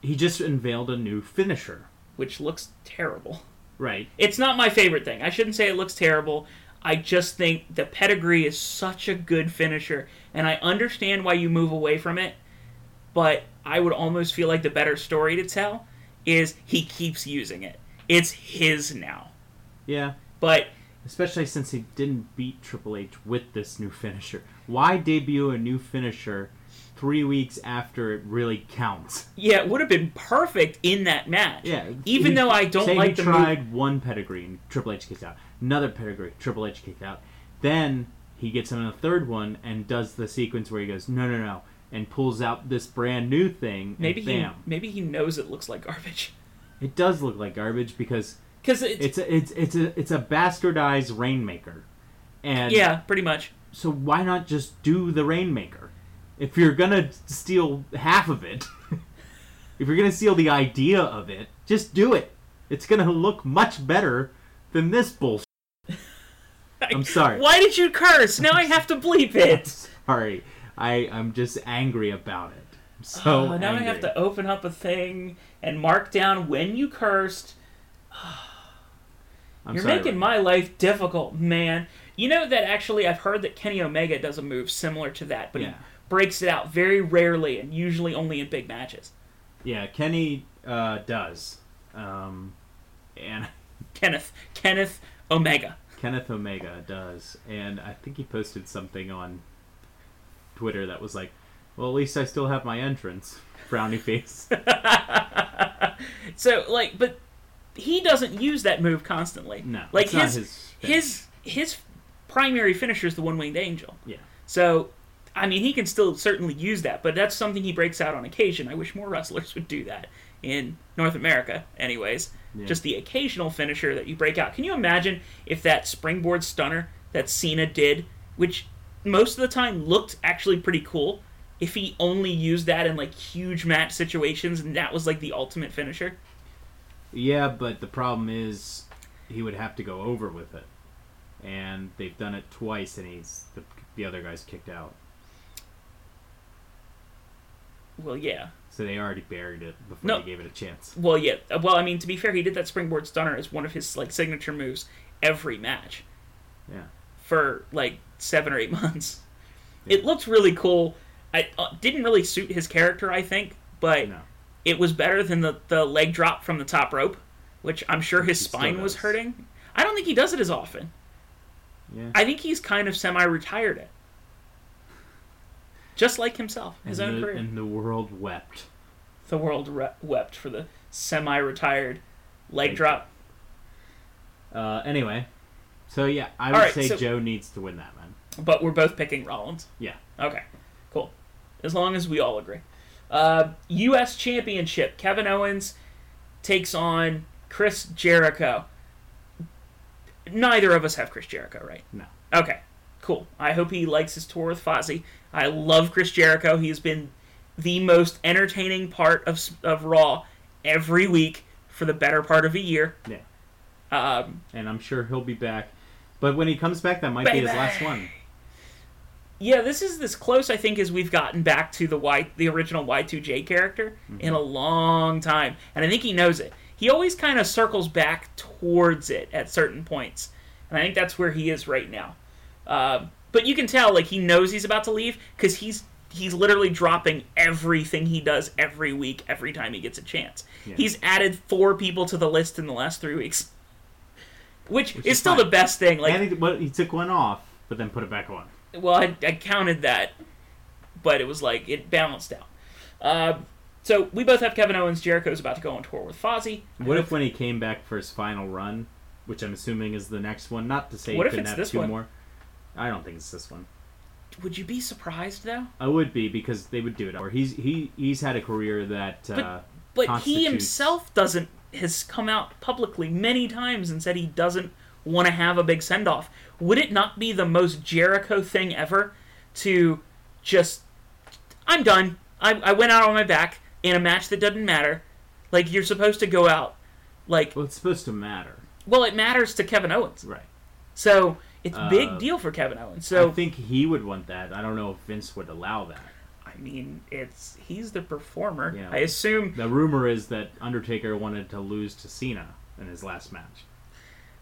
Speaker 1: He just unveiled a new finisher.
Speaker 2: Which looks terrible.
Speaker 1: Right.
Speaker 2: It's not my favorite thing. I shouldn't say it looks terrible. I just think the pedigree is such a good finisher, and I understand why you move away from it, but I would almost feel like the better story to tell is he keeps using it. It's his now.
Speaker 1: Yeah.
Speaker 2: But
Speaker 1: Especially since he didn't beat Triple H with this new finisher. Why debut a new finisher three weeks after it really counts?
Speaker 2: Yeah, it would have been perfect in that match.
Speaker 1: Yeah.
Speaker 2: Even
Speaker 1: he-
Speaker 2: though I don't
Speaker 1: say he
Speaker 2: like the move.
Speaker 1: tried one pedigree and Triple H kicked out. Another pedigree, Triple H kicked out. Then he gets him in a third one and does the sequence where he goes, No no no and pulls out this brand new thing and
Speaker 2: Maybe he,
Speaker 1: bam.
Speaker 2: maybe he knows it looks like garbage.
Speaker 1: It does look like garbage because
Speaker 2: Because
Speaker 1: It's
Speaker 2: it's,
Speaker 1: a, it's it's a it's a bastardized rainmaker, and
Speaker 2: yeah, pretty much.
Speaker 1: So why not just do the rainmaker? If you're gonna steal half of it, if you're gonna steal the idea of it, just do it. It's gonna look much better than this bullshit. I'm sorry.
Speaker 2: Why did you curse? Now I have to bleep it.
Speaker 1: Sorry. I, I'm just angry about it. I'm so
Speaker 2: Oh, now
Speaker 1: angry.
Speaker 2: I have to open up a thing and mark down when you cursed.
Speaker 1: I'm
Speaker 2: You're
Speaker 1: sorry,
Speaker 2: making
Speaker 1: Rick.
Speaker 2: my life difficult, man. You know that actually I've heard that Kenny Omega does a move similar to that, but he
Speaker 1: Yeah.
Speaker 2: breaks it out very rarely and usually only in big matches.
Speaker 1: Yeah, Kenny uh, does. Um, and
Speaker 2: Kenneth, Kenneth Omega.
Speaker 1: Kenneth Omega does. And I think he posted something on Twitter that was like, well, at least I still have my entrance. Frowny face.
Speaker 2: So like, but he doesn't use that move constantly.
Speaker 1: No.
Speaker 2: like
Speaker 1: it's not
Speaker 2: his
Speaker 1: his, thing.
Speaker 2: his his primary finisher is the one winged angel.
Speaker 1: Yeah.
Speaker 2: So, I mean, he can still certainly use that, but that's something he breaks out on occasion. I wish more wrestlers would do that in North America, anyways.
Speaker 1: Yeah.
Speaker 2: Just the occasional finisher that you break out. Can you imagine if that springboard stunner that Cena did, which most of the time looked actually pretty cool, if he only used that in like huge match situations and that was like the ultimate finisher?
Speaker 1: Yeah, but the problem is he would have to go over with it. And they've done it twice, and he's the, the other guy's kicked out.
Speaker 2: Well, yeah.
Speaker 1: So they already buried it before
Speaker 2: No.
Speaker 1: they gave it a chance.
Speaker 2: Well, yeah. Uh, Well, I mean, to be fair, he did that springboard stunner as one of his like signature moves every match.
Speaker 1: Yeah.
Speaker 2: for like seven or eight months. It looked really cool. I uh, didn't really suit his character, I think, but
Speaker 1: No.
Speaker 2: it was better than the, the leg drop from the top rope, which I'm sure his
Speaker 1: He still
Speaker 2: spine was
Speaker 1: does.
Speaker 2: hurting. I don't think he does it as often.
Speaker 1: Yeah.
Speaker 2: I think he's kind of semi retired it. Just like himself, his
Speaker 1: and
Speaker 2: own
Speaker 1: the,
Speaker 2: career.
Speaker 1: And the world wept.
Speaker 2: The world re- wept for the semi retired leg
Speaker 1: Leg
Speaker 2: drop.
Speaker 1: Uh, anyway, so yeah, I would
Speaker 2: All right,
Speaker 1: say
Speaker 2: so-
Speaker 1: Joe needs to win that, man.
Speaker 2: But we're both picking Rollins.
Speaker 1: Yeah.
Speaker 2: Okay, cool. As long as we all agree. Uh, U.S. Championship. Kevin Owens takes on Chris Jericho. Neither of us have Chris Jericho, right?
Speaker 1: No.
Speaker 2: Okay, cool. I hope he likes his tour with Fozzy. I love Chris Jericho. He has been the most entertaining part of, of Raw every week for the better part of a year.
Speaker 1: Yeah.
Speaker 2: Um,
Speaker 1: And I'm sure he'll be back. But when he comes back, that might be his
Speaker 2: Baby!
Speaker 1: last one.
Speaker 2: Yeah, this is this close I think as we've gotten back to the Y the original Y2J character in
Speaker 1: Mm-hmm.
Speaker 2: a long time. And I think he knows it. He always kind of circles back towards it at certain points. And I think that's where he is right now. Uh, but you can tell like he knows he's about to leave cuz he's he's literally dropping everything he does every week every time he gets a chance.
Speaker 1: Yeah.
Speaker 2: He's added four people to the list in the last 3 weeks. Which, is,
Speaker 1: is
Speaker 2: still
Speaker 1: fine.
Speaker 2: the best thing like
Speaker 1: and he, well, he took one off, but then put it back on.
Speaker 2: well, I, I counted that, but it was like it balanced out. Uh, so we both have Kevin Owens. Jericho's about to go on tour with Fozzy.
Speaker 1: What if when he came back for his final run, which I'm assuming is the next one, not to say
Speaker 2: What
Speaker 1: he
Speaker 2: if
Speaker 1: couldn't
Speaker 2: it's
Speaker 1: have
Speaker 2: this
Speaker 1: two
Speaker 2: one?
Speaker 1: more. I don't think it's this one.
Speaker 2: Would you be surprised though?
Speaker 1: I would be because they would do it. Or he's he he's had a career that uh,
Speaker 2: But he
Speaker 1: Constitutes-
Speaker 2: himself doesn't has come out publicly many times and said he doesn't want to have a big send off. Would it not be the most Jericho thing ever to just I'm done. I, I went out on my back in a match that doesn't matter. Like you're supposed to go out. Like
Speaker 1: well, it's supposed to matter,
Speaker 2: well, it matters to Kevin Owens.
Speaker 1: right?
Speaker 2: So it's a big
Speaker 1: Uh,
Speaker 2: deal for Kevin Owens.
Speaker 1: I
Speaker 2: So
Speaker 1: think he would want that. I don't know if Vince would allow that.
Speaker 2: I mean, it's he's the performer.
Speaker 1: Yeah.
Speaker 2: I assume,
Speaker 1: The rumor is that Undertaker wanted to lose to Cena in his last match.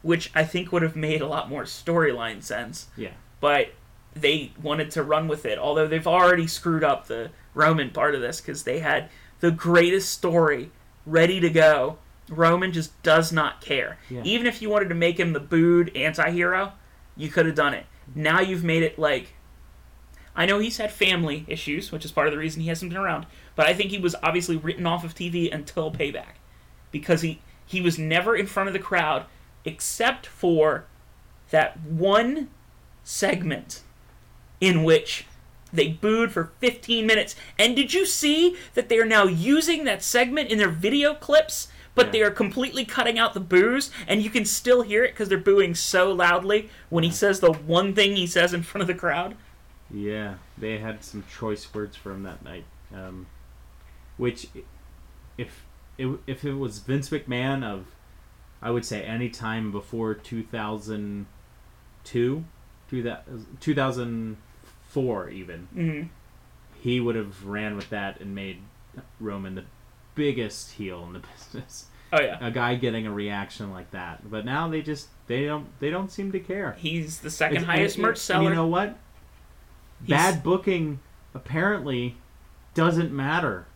Speaker 2: which I think would have made a lot more storyline sense,
Speaker 1: Yeah,
Speaker 2: but they wanted to run with it. Although they've already screwed up the Roman part of this because they had the greatest story ready to go. Roman just does not care.
Speaker 1: Yeah.
Speaker 2: Even if you wanted to make him the booed anti-hero, you could have done it. Now you've made it like I know he's had family issues, which is part of the reason he hasn't been around. But I think he was obviously written off of TV until Payback, because he he was never in front of the crowd except for that one segment in which they booed for 15 minutes. And did you see that they are now using that segment in their video clips? But
Speaker 1: Yeah.
Speaker 2: they are completely cutting out the boos, and you can still hear it because they're booing so loudly when he says the one thing he says in front of the crowd.
Speaker 1: yeah. They had some choice words for him that night, um, which, if it, if it was Vince McMahon of, I would say any time before 2000, two, two thou- 2004 even,
Speaker 2: Mhm.
Speaker 1: he would have ran with that and made Roman the biggest heel in the business.
Speaker 2: Oh yeah,
Speaker 1: A guy getting a reaction like that, but now they just they don't they don't seem to care.
Speaker 2: he's the second
Speaker 1: It's-
Speaker 2: highest
Speaker 1: and-
Speaker 2: merch
Speaker 1: and
Speaker 2: seller.
Speaker 1: You know what?
Speaker 2: He's-
Speaker 1: Bad booking apparently doesn't matter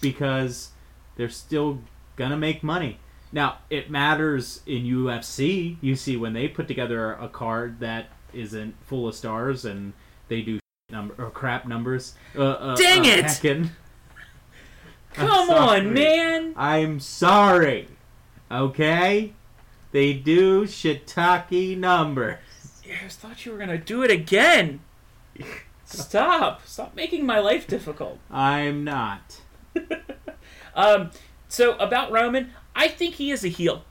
Speaker 1: because they're still gonna make money. Now it matters in UFC. You see when they put together a card that isn't full of stars and they do number or crap numbers. Uh, uh,
Speaker 2: Dang
Speaker 1: uh,
Speaker 2: it!
Speaker 1: heckin'. I'm
Speaker 2: Come
Speaker 1: sorry.
Speaker 2: on, man.
Speaker 1: I'm sorry. Okay, they do shiitake numbers.
Speaker 2: Yeah, I thought you were gonna do it again. Stop! Stop making my life difficult.
Speaker 1: I'm not.
Speaker 2: Um, so about Roman, I think he is a heel.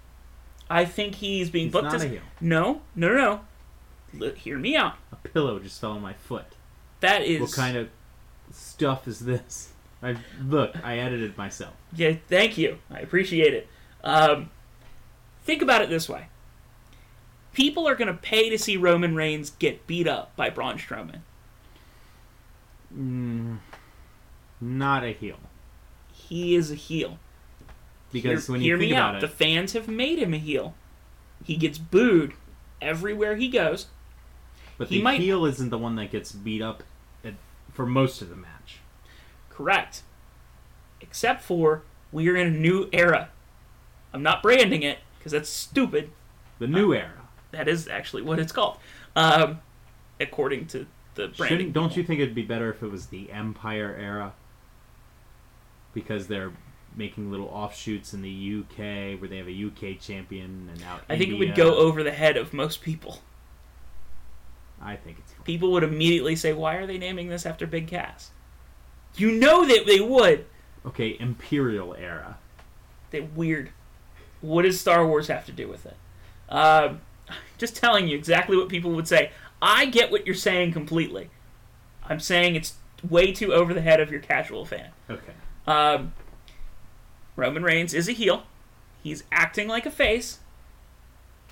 Speaker 2: I think he's being
Speaker 1: He's
Speaker 2: booked
Speaker 1: not
Speaker 2: as
Speaker 1: a heel.
Speaker 2: No, no, no, no. L- hear me out.
Speaker 1: A pillow just fell on my foot.
Speaker 2: That is
Speaker 1: What kind of stuff is this? I look. I edited myself.
Speaker 2: Yeah, thank you. I appreciate it. Um, think about it this way: people are going to pay to see Roman Reigns get beat up by Braun Strowman.
Speaker 1: Mm, not a heel
Speaker 2: He is a heel.
Speaker 1: because
Speaker 2: hear,
Speaker 1: when you
Speaker 2: hear
Speaker 1: think
Speaker 2: me
Speaker 1: about
Speaker 2: out,
Speaker 1: it,
Speaker 2: the fans have made him a heel. He gets booed everywhere he goes.
Speaker 1: but
Speaker 2: he
Speaker 1: the
Speaker 2: might-
Speaker 1: heel isn't the one that gets beat up at, for most of the match.
Speaker 2: Correct. Except for we are in a new era. I'm not branding it because that's stupid.
Speaker 1: The
Speaker 2: Uh,
Speaker 1: new era.
Speaker 2: That is actually what it's called, um, according to the branding.
Speaker 1: Shouldn't, don't
Speaker 2: people.
Speaker 1: you think it'd be better if it was the Empire era? Because they're making little offshoots in the UK where they have a UK champion and out.
Speaker 2: I think it would
Speaker 1: India.
Speaker 2: go over the head of most people.
Speaker 1: I think it's fine.
Speaker 2: People would immediately say, "Why are they naming this after Big Cass?" You know that they would.
Speaker 1: okay. Imperial era.
Speaker 2: They weird. What does Star Wars have to do with it? Um, just telling you exactly what people would say. I get what you're saying completely. I'm saying it's way too over the head of your casual fan.
Speaker 1: Okay.
Speaker 2: Um, Roman Reigns is a heel. He's acting like a face.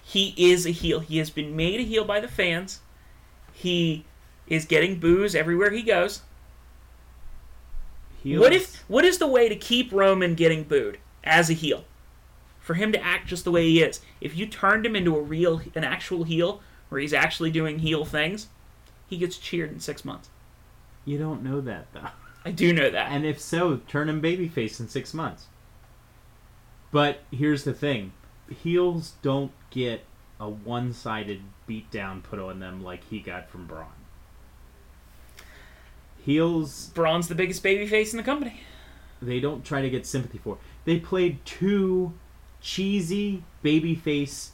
Speaker 2: He is a heel. He has been made a heel by the fans. He is getting boos everywhere he goes.
Speaker 1: Heels.
Speaker 2: What if what is the way to keep Roman getting booed as a heel? For him to act just the way he is. If you turned him into a real an actual heel where he's actually doing heel things, he gets cheered in 6 months.
Speaker 1: You don't know that though.
Speaker 2: I do know that.
Speaker 1: And if so, turn him babyface in six months. But here's the thing heels don't get a one sided beatdown put on them like he got from Braun. Heels,
Speaker 2: Braun's the biggest baby face in the company.
Speaker 1: they don't try to get sympathy for. They played two cheesy babyface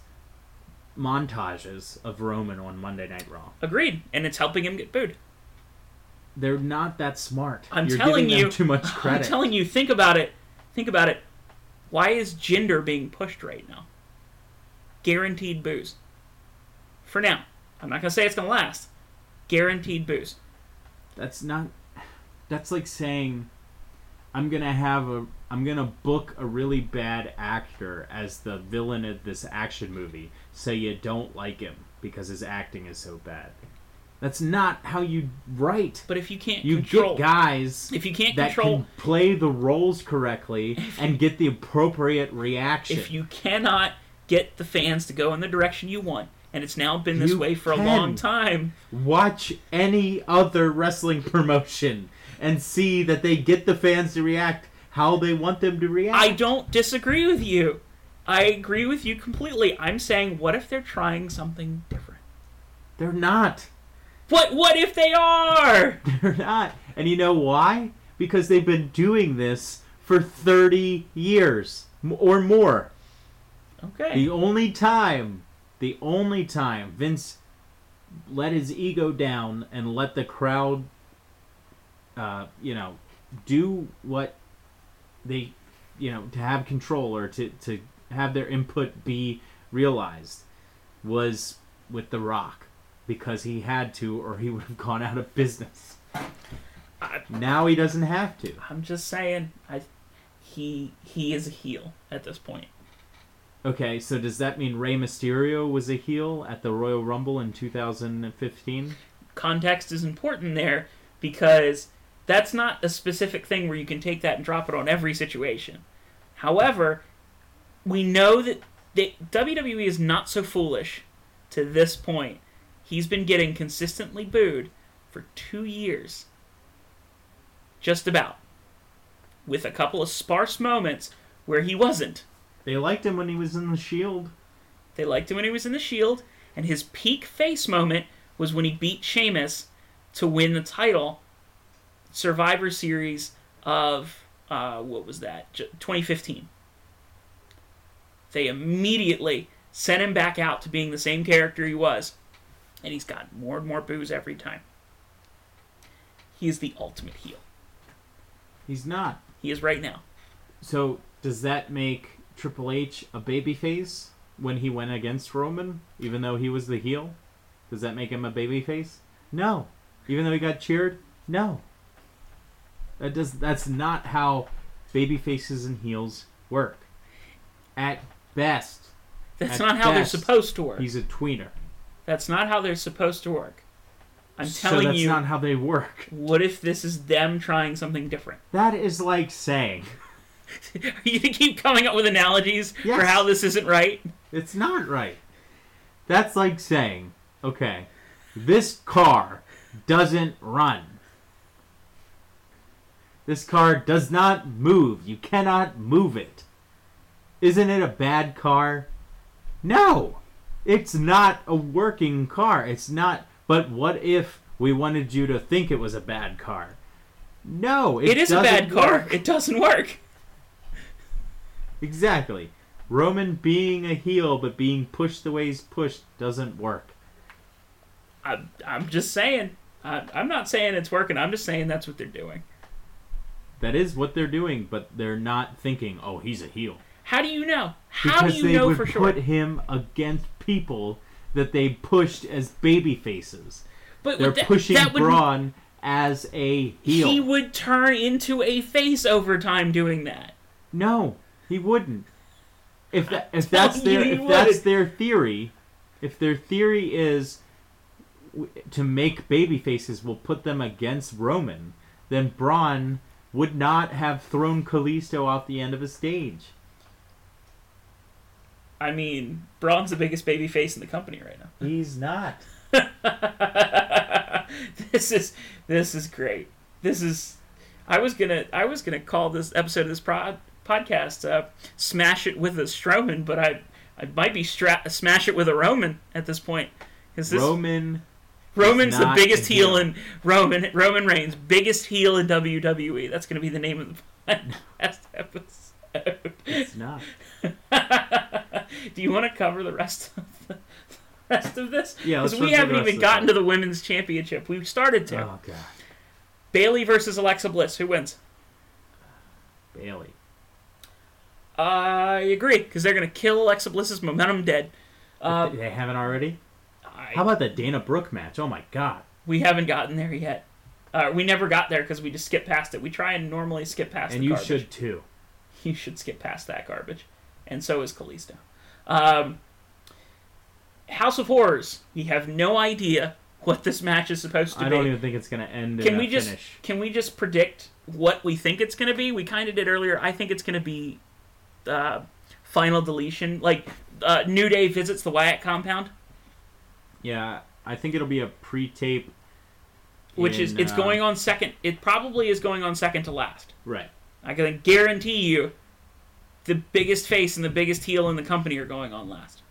Speaker 1: montages of Roman on Monday Night Raw.
Speaker 2: Agreed. And it's helping him get booed.
Speaker 1: They're not that smart.
Speaker 2: I'm
Speaker 1: You're
Speaker 2: telling
Speaker 1: giving them
Speaker 2: you-
Speaker 1: too much credit.
Speaker 2: I'm telling you, think about it. Think about it. Why is gender being pushed right now? Guaranteed booze. For now. I'm not going to say it's going to last. Guaranteed booze.
Speaker 1: that's not that's like saying i'm gonna have a i'm gonna book a really bad actor as the villain of this action movie so you don't like him because his acting is so bad that's not how you write
Speaker 2: But if you can't
Speaker 1: you
Speaker 2: control.
Speaker 1: get guys
Speaker 2: if you can't
Speaker 1: that
Speaker 2: control.
Speaker 1: can play the roles correctly and get the appropriate reaction
Speaker 2: If you cannot get the fans to go in the direction you want, and it's now been this
Speaker 1: You
Speaker 2: way for
Speaker 1: can.
Speaker 2: a long time,
Speaker 1: watch any other wrestling promotion and see that they get the fans to react how they want them to react
Speaker 2: I don't disagree with you. I agree with you completely. I'm saying, what if they're trying something different?
Speaker 1: They're not.
Speaker 2: What? What if they are?
Speaker 1: They're not. And you know why? Because they've been doing this for 30 years m- or more.
Speaker 2: Okay.
Speaker 1: The only time, the only time Vince let his ego down and let the crowd, uh, you know, do what they, you know, to have control or to, to have their input be realized was with The Rock because he had to or he would have gone out of business.
Speaker 2: I-
Speaker 1: Now he doesn't have to.
Speaker 2: I'm just saying, I he he is a heel at this point.
Speaker 1: Okay, so does that mean Rey Mysterio was a heel at the Royal Rumble in 2015?
Speaker 2: Context is important there because that's not a specific thing where you can take that and drop it on every situation. However, we know that they, WWE E is not so foolish to this point. He's been getting consistently booed for two years. Just about. With a couple of sparse moments where he wasn't.
Speaker 1: They liked him when he was in the Shield.
Speaker 2: They liked him when he was in the Shield, and his peak face moment was when he beat Sheamus to win the title Survivor Series of uh, what was that? J- 2015. They immediately sent him back out to being the same character he was, and he's gotten more and more boos every time. He is the ultimate heel.
Speaker 1: He's not.
Speaker 2: He is right now.
Speaker 1: So does that make Triple H a babyface when he went against Roman, even though he was the heel? Does that make him a babyface? No. Even though he got cheered? No. That does that's not how babyfaces and heels work. At best,
Speaker 2: That's
Speaker 1: At
Speaker 2: not how
Speaker 1: best,
Speaker 2: they're supposed to work.
Speaker 1: he's a tweener.
Speaker 2: That's not how they're supposed to work. I'm
Speaker 1: so
Speaker 2: telling
Speaker 1: that's
Speaker 2: you,
Speaker 1: not how they work.
Speaker 2: what if this is them trying something different?
Speaker 1: That is like saying
Speaker 2: Are you gonna keep coming up with analogies
Speaker 1: Yes.
Speaker 2: for how this isn't right?
Speaker 1: It's not right. That's like saying, okay, this car doesn't run. This car does not move. You cannot move it. Isn't it a bad car? No. It's not a working car. It's not. But what if we wanted you to think it was a bad car? No, it,
Speaker 2: It is a
Speaker 1: doesn't
Speaker 2: bad car.
Speaker 1: work.
Speaker 2: It doesn't work.
Speaker 1: Exactly. Roman being a heel but being pushed the way he's pushed doesn't work.
Speaker 2: I'm, I'm just saying. I, I'm not saying it's working. I'm just saying that's what they're doing.
Speaker 1: That is what they're doing, but they're not thinking, "Oh, he's a heel."
Speaker 2: How do you know? How
Speaker 1: Because
Speaker 2: do
Speaker 1: they
Speaker 2: you know
Speaker 1: would
Speaker 2: for
Speaker 1: put
Speaker 2: sure?
Speaker 1: him against people that they pushed as baby faces.
Speaker 2: But
Speaker 1: They're
Speaker 2: that,
Speaker 1: pushing
Speaker 2: that would
Speaker 1: Braun as a heel.
Speaker 2: he would turn into a face over time doing that.
Speaker 1: no, he wouldn't. If that, if that's
Speaker 2: telling you
Speaker 1: their
Speaker 2: he
Speaker 1: if that's
Speaker 2: wouldn't.
Speaker 1: their theory, if their theory is w- to make baby faces will put them against Roman, then Braun would not have thrown Kalisto off the end of a stage.
Speaker 2: I mean, Braun's the biggest baby face in the company right now.
Speaker 1: He's not.
Speaker 2: this is this is great. This is I was gonna I was gonna call this episode of this prod, podcast uh, "Smash It with a Strowman," but I I might be stra- smash it with a Roman at this point because this
Speaker 1: Roman
Speaker 2: Roman's the
Speaker 1: not
Speaker 2: biggest
Speaker 1: a
Speaker 2: heel
Speaker 1: heel.
Speaker 2: in Roman Roman Reigns biggest heel in WWE. That's gonna be the name of the podcast episode.
Speaker 1: It's not.
Speaker 2: Do you want to cover the rest of the, the rest of this?
Speaker 1: Yeah, let's
Speaker 2: because we
Speaker 1: run through the
Speaker 2: haven't
Speaker 1: rest
Speaker 2: even
Speaker 1: of
Speaker 2: gotten
Speaker 1: this.
Speaker 2: to the women's championship. We've started to.
Speaker 1: Oh god,
Speaker 2: Bailey versus Alexa Bliss. Who wins?
Speaker 1: Bailey.
Speaker 2: I agree because they're gonna kill Alexa Bliss's momentum dead. Uh,
Speaker 1: they haven't already.
Speaker 2: I-
Speaker 1: How about the Dana Brooke match? Oh my god.
Speaker 2: we haven't gotten there yet. Uh, we never got there because we just skipped past it. We try and normally skip past.
Speaker 1: And
Speaker 2: the
Speaker 1: you
Speaker 2: garbage.
Speaker 1: should too.
Speaker 2: You should skip past that garbage, and so is Kalisto. Um, House of Horrors. We have no idea what this match is supposed to
Speaker 1: I
Speaker 2: be.
Speaker 1: don't even think it's gonna end in
Speaker 2: can
Speaker 1: a
Speaker 2: we just
Speaker 1: finish.
Speaker 2: can we just predict what we think it's going to be? We kind of did earlier. I think it's going to be uh, final deletion, like uh, New Day visits the Wyatt compound,
Speaker 1: Yeah, I think it'll be a pre-tape.
Speaker 2: which is
Speaker 1: in,
Speaker 2: it's
Speaker 1: uh,
Speaker 2: going on second. It probably is going on second to last.
Speaker 1: right.
Speaker 2: I can guarantee you, the biggest face and the biggest heel in the company are going on last.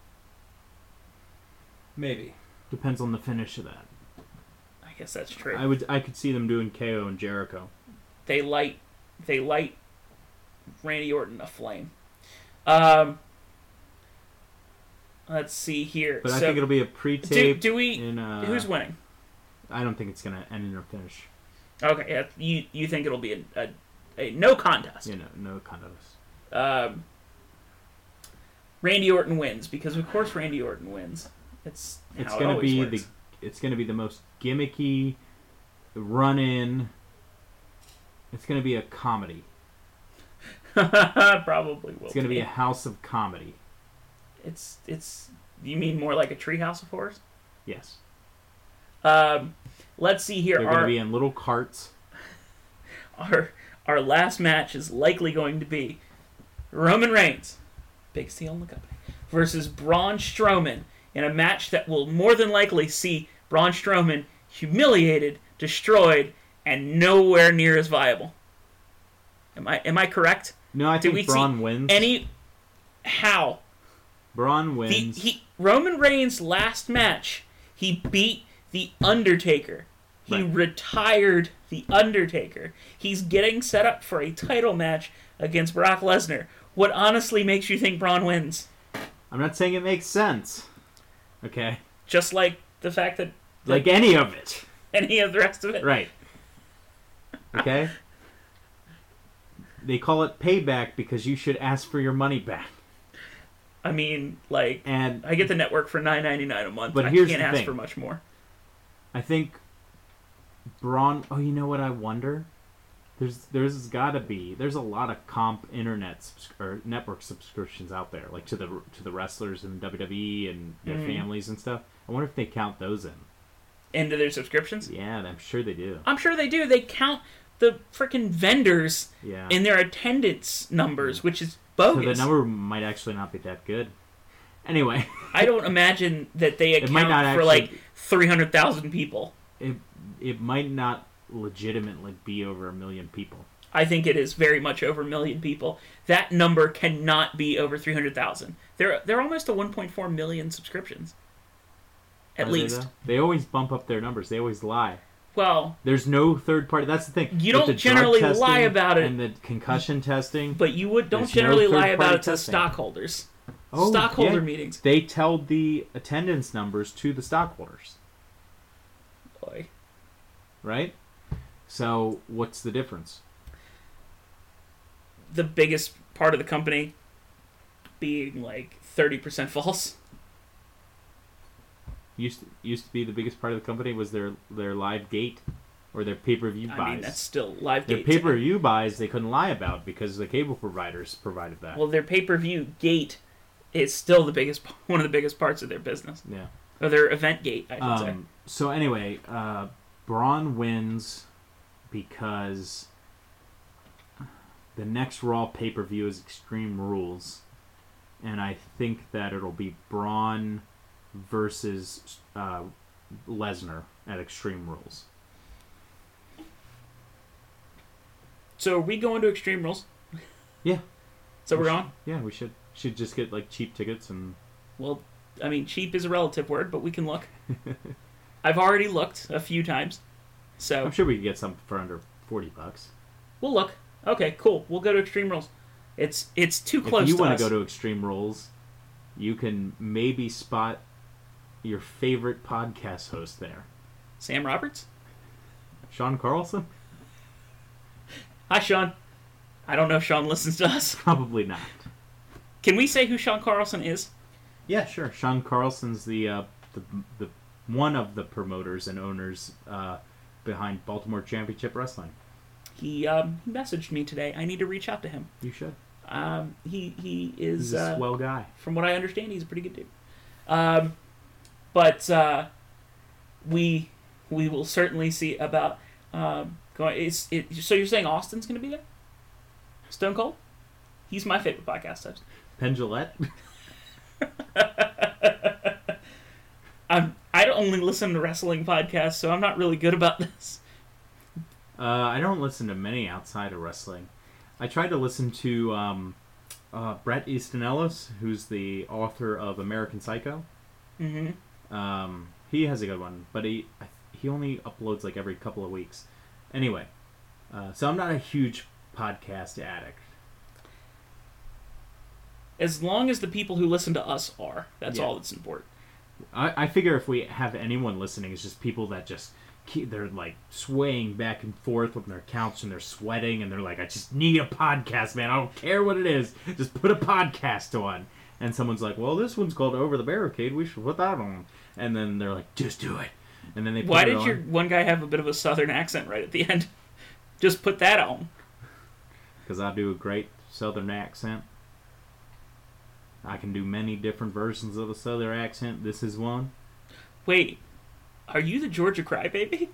Speaker 1: Maybe depends on the finish of that.
Speaker 2: I guess that's true.
Speaker 1: I would. I could see them doing KO and Jericho.
Speaker 2: they light they light Randy Orton aflame. Um, let's see here.
Speaker 1: But I
Speaker 2: So-
Speaker 1: think it'll be a
Speaker 2: do,
Speaker 1: pre-tape.
Speaker 2: do we
Speaker 1: in, uh,
Speaker 2: who's winning
Speaker 1: I don't think it's gonna end in a finish.
Speaker 2: okay yeah, you you think it'll be a, a, a no contest
Speaker 1: You know, no condos.
Speaker 2: um, randy orton wins because of course randy orton wins it's how
Speaker 1: It's
Speaker 2: it
Speaker 1: gonna
Speaker 2: always
Speaker 1: be
Speaker 2: works.
Speaker 1: the. It's gonna be the most gimmicky run-in. It's gonna be a comedy.
Speaker 2: probably will
Speaker 1: It's gonna be a house of comedy.
Speaker 2: It's it's. You mean more like a treehouse of horrors?
Speaker 1: Yes.
Speaker 2: Um, let's see here.
Speaker 1: They're going
Speaker 2: Our,
Speaker 1: to be in little carts.
Speaker 2: our our last match is likely going to be Roman Reigns, big seal in the company, versus Braun Strowman in a match that will more than likely see Braun Strowman humiliated, destroyed, and nowhere near as viable. Am I am I correct?
Speaker 1: No, I
Speaker 2: Did we
Speaker 1: think Braun
Speaker 2: see
Speaker 1: wins.
Speaker 2: Any how
Speaker 1: Braun
Speaker 2: the,
Speaker 1: wins.
Speaker 2: he Roman Reigns last match he beat the Undertaker. He
Speaker 1: Right.
Speaker 2: retired the Undertaker. He's getting set up for a title match against Brock Lesnar. What honestly makes you think Braun wins?
Speaker 1: I'm not saying it makes sense. Okay.
Speaker 2: Just like the fact that
Speaker 1: Like any of it.
Speaker 2: any of the rest of it.
Speaker 1: Right. Okay? they call it payback because you should ask for your money back.
Speaker 2: I mean, like
Speaker 1: And
Speaker 2: I get the network for nine ninety nine a month.
Speaker 1: But
Speaker 2: I
Speaker 1: here's
Speaker 2: can't
Speaker 1: the
Speaker 2: ask
Speaker 1: thing.
Speaker 2: for much more.
Speaker 1: I think Braun. Oh, you know what? I wonder. There's there's gotta be there's a lot of comp internet subs- or network subscriptions out there, like to the to the wrestlers and WWE E and their
Speaker 2: Mhm.
Speaker 1: families and stuff. I wonder if they count those in.
Speaker 2: Into their subscriptions.
Speaker 1: Yeah, I'm sure they do.
Speaker 2: I'm sure they do. They count the freaking vendors
Speaker 1: Yeah, Mm.
Speaker 2: in their attendance numbers, which is
Speaker 1: so the
Speaker 2: bogus.
Speaker 1: number might actually not be that good. Anyway,
Speaker 2: I don't imagine that they account
Speaker 1: might not
Speaker 2: for
Speaker 1: actually-
Speaker 2: like three hundred thousand people.
Speaker 1: it it might not legitimately be over a million people.
Speaker 2: I think it is very much over a million people. That number cannot be over three hundred thousand. They're they're almost to one point four million subscriptions, at
Speaker 1: Are they,
Speaker 2: least.
Speaker 1: though? they, always bump up their numbers. They always lie.
Speaker 2: well,
Speaker 1: There's no third party. That's the thing. With
Speaker 2: You don't
Speaker 1: the drug
Speaker 2: generally
Speaker 1: testing
Speaker 2: lie about it.
Speaker 1: And the concussion testing.
Speaker 2: but you would don't
Speaker 1: There's no
Speaker 2: generally lie
Speaker 1: third-party
Speaker 2: about it to
Speaker 1: testing.
Speaker 2: stockholders.
Speaker 1: Oh,
Speaker 2: stockholder
Speaker 1: yeah.
Speaker 2: meetings.
Speaker 1: They tell the attendance numbers to the stockholders,
Speaker 2: Boy.
Speaker 1: right? So what's the difference?
Speaker 2: The biggest part of the company being like thirty percent false.
Speaker 1: Used to, used to be the biggest part of the company was their their live gate or their pay per view buys.
Speaker 2: I mean that's still live
Speaker 1: their
Speaker 2: gate
Speaker 1: pay per view buys they couldn't lie about because the cable providers provided that.
Speaker 2: Well, their pay per view gate is still the biggest, one of the biggest parts of their business,
Speaker 1: yeah.
Speaker 2: or their event gate, I should say.
Speaker 1: Um, so anyway, uh, Braun wins because the next Raw pay per view is Extreme Rules, and I think that it'll be Braun versus uh, Lesnar at Extreme Rules.
Speaker 2: So are we going to Extreme Rules?
Speaker 1: Yeah.
Speaker 2: So
Speaker 1: We
Speaker 2: we're
Speaker 1: should-
Speaker 2: on.
Speaker 1: Yeah, we should should just get like cheap tickets and
Speaker 2: Well, I mean, cheap is a relative word, but we can look. I've already looked a few times, so
Speaker 1: I'm sure we can get some for under forty bucks.
Speaker 2: we'll look. Okay, cool. We'll go to Extreme Rules. It's it's too close.
Speaker 1: if you
Speaker 2: to
Speaker 1: want
Speaker 2: us.
Speaker 1: to go to Extreme Rules, you can maybe spot your favorite podcast host there.
Speaker 2: Sam Roberts.
Speaker 1: Sean Carlson?
Speaker 2: Hi, Sean. I don't know if Sean listens to us.
Speaker 1: Probably not.
Speaker 2: Can we say who Sean Carlson is?
Speaker 1: Yeah, sure. Sean Carlson's the uh, the the one of the promoters and owners uh, behind Baltimore Championship Wrestling.
Speaker 2: He um, he messaged me today. I need to reach out to him.
Speaker 1: You should.
Speaker 2: Um, he he is
Speaker 1: He's a
Speaker 2: uh,
Speaker 1: swell guy.
Speaker 2: from what I understand, he's a pretty good dude. Um, but uh, we we will certainly see about um, going. Is it, so you're saying Austin's going to be there? Stone Cold. He's my favorite podcast host.
Speaker 1: Pendulette.
Speaker 2: I'm, I don't only listen to wrestling podcasts, so I'm not really good about this.
Speaker 1: Uh, I don't listen to many outside of wrestling. I try to listen to um, uh, Brett Easton Ellis, who's the author of American Psycho.
Speaker 2: hmm
Speaker 1: Um, he has a good one, but he I th- he only uploads like every couple of weeks. Anyway, uh, so I'm not a huge podcast addict.
Speaker 2: As long as the people who listen to us are, that's
Speaker 1: Yeah.
Speaker 2: all that's important.
Speaker 1: I, I figure if we have anyone listening, it's just people that just keep, they're like swaying back and forth on their couch and they're sweating and they're like, I just need a podcast, man. I don't care what it is. Just put a podcast on. And someone's like, Well, this one's called Over the Barricade. We should put that on. And then they're like, Just do it. And then they put
Speaker 2: Why
Speaker 1: it
Speaker 2: did
Speaker 1: on.
Speaker 2: your one guy have a bit of a southern accent right at the end? Just put that on.
Speaker 1: because I do a great southern accent. I can do many different versions of a Southern accent. This is one.
Speaker 2: Wait, are you the Georgia crybaby?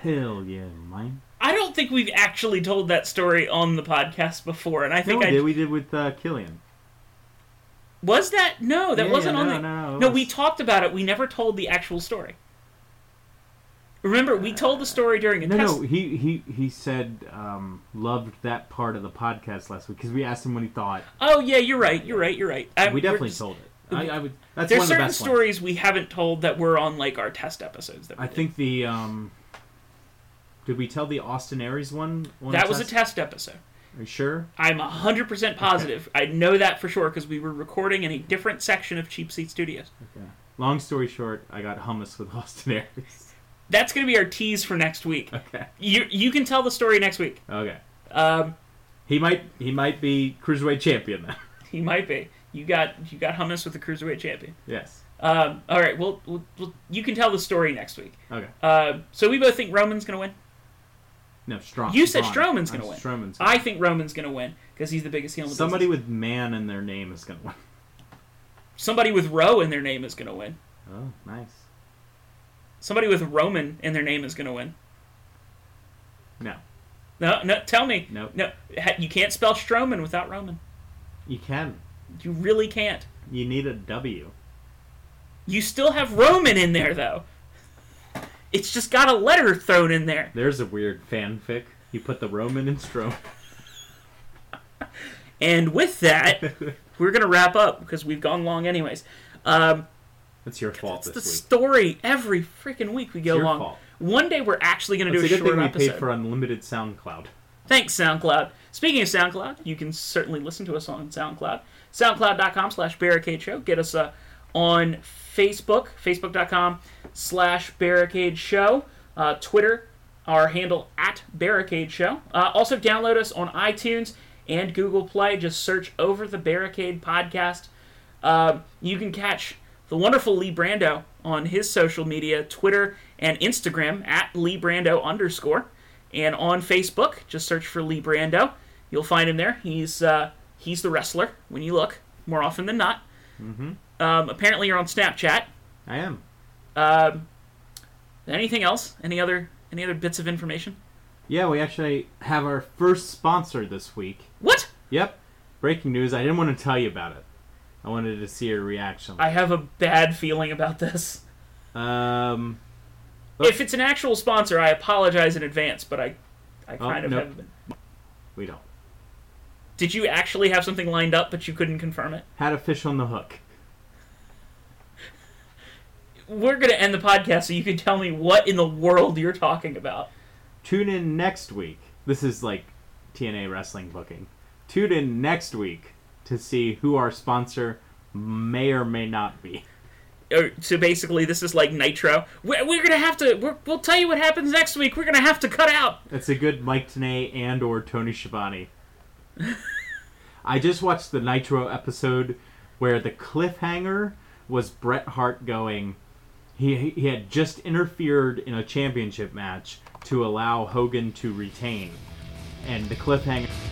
Speaker 1: Hell yeah, man.
Speaker 2: I don't think we've actually told that story on the podcast before, and I
Speaker 1: No,
Speaker 2: think
Speaker 1: we
Speaker 2: I
Speaker 1: did. We did with uh, Killian.
Speaker 2: was that. No, that
Speaker 1: Yeah,
Speaker 2: wasn't
Speaker 1: no,
Speaker 2: on the.
Speaker 1: no, no, it
Speaker 2: no, we
Speaker 1: was-
Speaker 2: talked about it. We never told the actual story. Remember, we told the story during a
Speaker 1: No,
Speaker 2: test.
Speaker 1: no. He he he said um, loved that part of the podcast last week because we asked him what he thought.
Speaker 2: Oh yeah, you're right. You're right. You're right. I,
Speaker 1: we
Speaker 2: we're
Speaker 1: definitely
Speaker 2: just-
Speaker 1: told it. I, I would. That's
Speaker 2: There's
Speaker 1: one of the
Speaker 2: certain
Speaker 1: best ones.
Speaker 2: stories we haven't told that were on like our test episodes. That we
Speaker 1: I
Speaker 2: did.
Speaker 1: think the um, did we tell the Austin Aries one? on
Speaker 2: that was a
Speaker 1: test?
Speaker 2: test episode.
Speaker 1: Are you sure?
Speaker 2: I'm 100% positive. I know that for sure because we were recording in a different section of Cheap Seat Studios.
Speaker 1: Okay. Long story short, I got hummus with Austin Aries.
Speaker 2: That's going to be our tease for next week.
Speaker 1: Okay.
Speaker 2: You you can tell the story next week.
Speaker 1: Okay.
Speaker 2: Um,
Speaker 1: He might he might be cruiserweight champion then.
Speaker 2: he might be. You got you got hummus with the cruiserweight champion.
Speaker 1: yes.
Speaker 2: Um, all right. Well, we'll, we'll you can tell the story next week.
Speaker 1: Okay.
Speaker 2: Uh, so we both think Roman's going to win.
Speaker 1: No, Strong.
Speaker 2: You said Strowman's gonna win.
Speaker 1: Strowman's.
Speaker 2: I think Roman's going to win because he's the biggest heel. In the
Speaker 1: Somebody
Speaker 2: business.
Speaker 1: with man in their name is gonna win.
Speaker 2: somebody with Roe in their name is going to win.
Speaker 1: Oh, nice.
Speaker 2: Somebody with Roman in their name is going to win.
Speaker 1: No,
Speaker 2: No, no. Tell me.
Speaker 1: Nope.
Speaker 2: No. ha- You can't spell Strowman without Roman.
Speaker 1: you can.
Speaker 2: You really can't.
Speaker 1: You need a W.
Speaker 2: You still have Roman in there, though. It's just got a letter thrown in there.
Speaker 1: There's a weird fanfic. You put the Roman in Strowman.
Speaker 2: And with that, we're going to wrap up because we've gone long, anyways. Um,
Speaker 1: It's your fault
Speaker 2: it's
Speaker 1: this
Speaker 2: the
Speaker 1: week.
Speaker 2: story every freaking week we go
Speaker 1: It's your
Speaker 2: long.
Speaker 1: fault.
Speaker 2: One day we're actually going to
Speaker 1: It's a
Speaker 2: do a
Speaker 1: good
Speaker 2: short
Speaker 1: thing we
Speaker 2: episode.
Speaker 1: paid for unlimited SoundCloud.
Speaker 2: Thanks, SoundCloud. Speaking of SoundCloud, you can certainly listen to us on SoundCloud. SoundCloud.com slash Barricade Show. Get us uh, on Facebook, Facebook.com slash Barricade Show. Uh, Twitter, our handle at Barricade Show. Uh, also, download us on iTunes and Google Play. Just search Over the Barricade Podcast. Uh, you can catch the wonderful Lee Brando on his social media, Twitter and Instagram at Lee Brando underscore, and on Facebook. Just search for Lee Brando. You'll find him there. He's uh, he's the wrestler when you look more often than not. Mm-hmm. Um, apparently, you're on Snapchat.
Speaker 1: I am.
Speaker 2: Anything else? Any other any other bits of information?
Speaker 1: Yeah, we actually have our first sponsor this week.
Speaker 2: What?
Speaker 1: Yep. Breaking news. I didn't want to tell you about it. I wanted to see your reaction.
Speaker 2: I have a bad feeling about this.
Speaker 1: Um.
Speaker 2: If it's an actual sponsor, I apologize in advance, but I, I
Speaker 1: Oh,
Speaker 2: kind of
Speaker 1: no.
Speaker 2: have.
Speaker 1: We don't.
Speaker 2: Did you actually have something lined up, but you couldn't confirm it?
Speaker 1: Had a fish on the hook.
Speaker 2: we're gonna end the podcast so you can tell me what in the world you're talking about.
Speaker 1: Tune in next week. This is like TNA wrestling booking. Tune in next week to see who our sponsor may or may not be.
Speaker 2: Or- Uh, So basically, this is like Nitro. We're, we're gonna have to. We're, we'll tell you what happens next week. We're gonna have to cut out.
Speaker 1: It's a good Mike Tenay and or Tony Schiavone. I just watched the Nitro episode where the cliffhanger was Bret Hart going. He he had just interfered in a championship match to allow Hogan to retain, and the cliffhanger.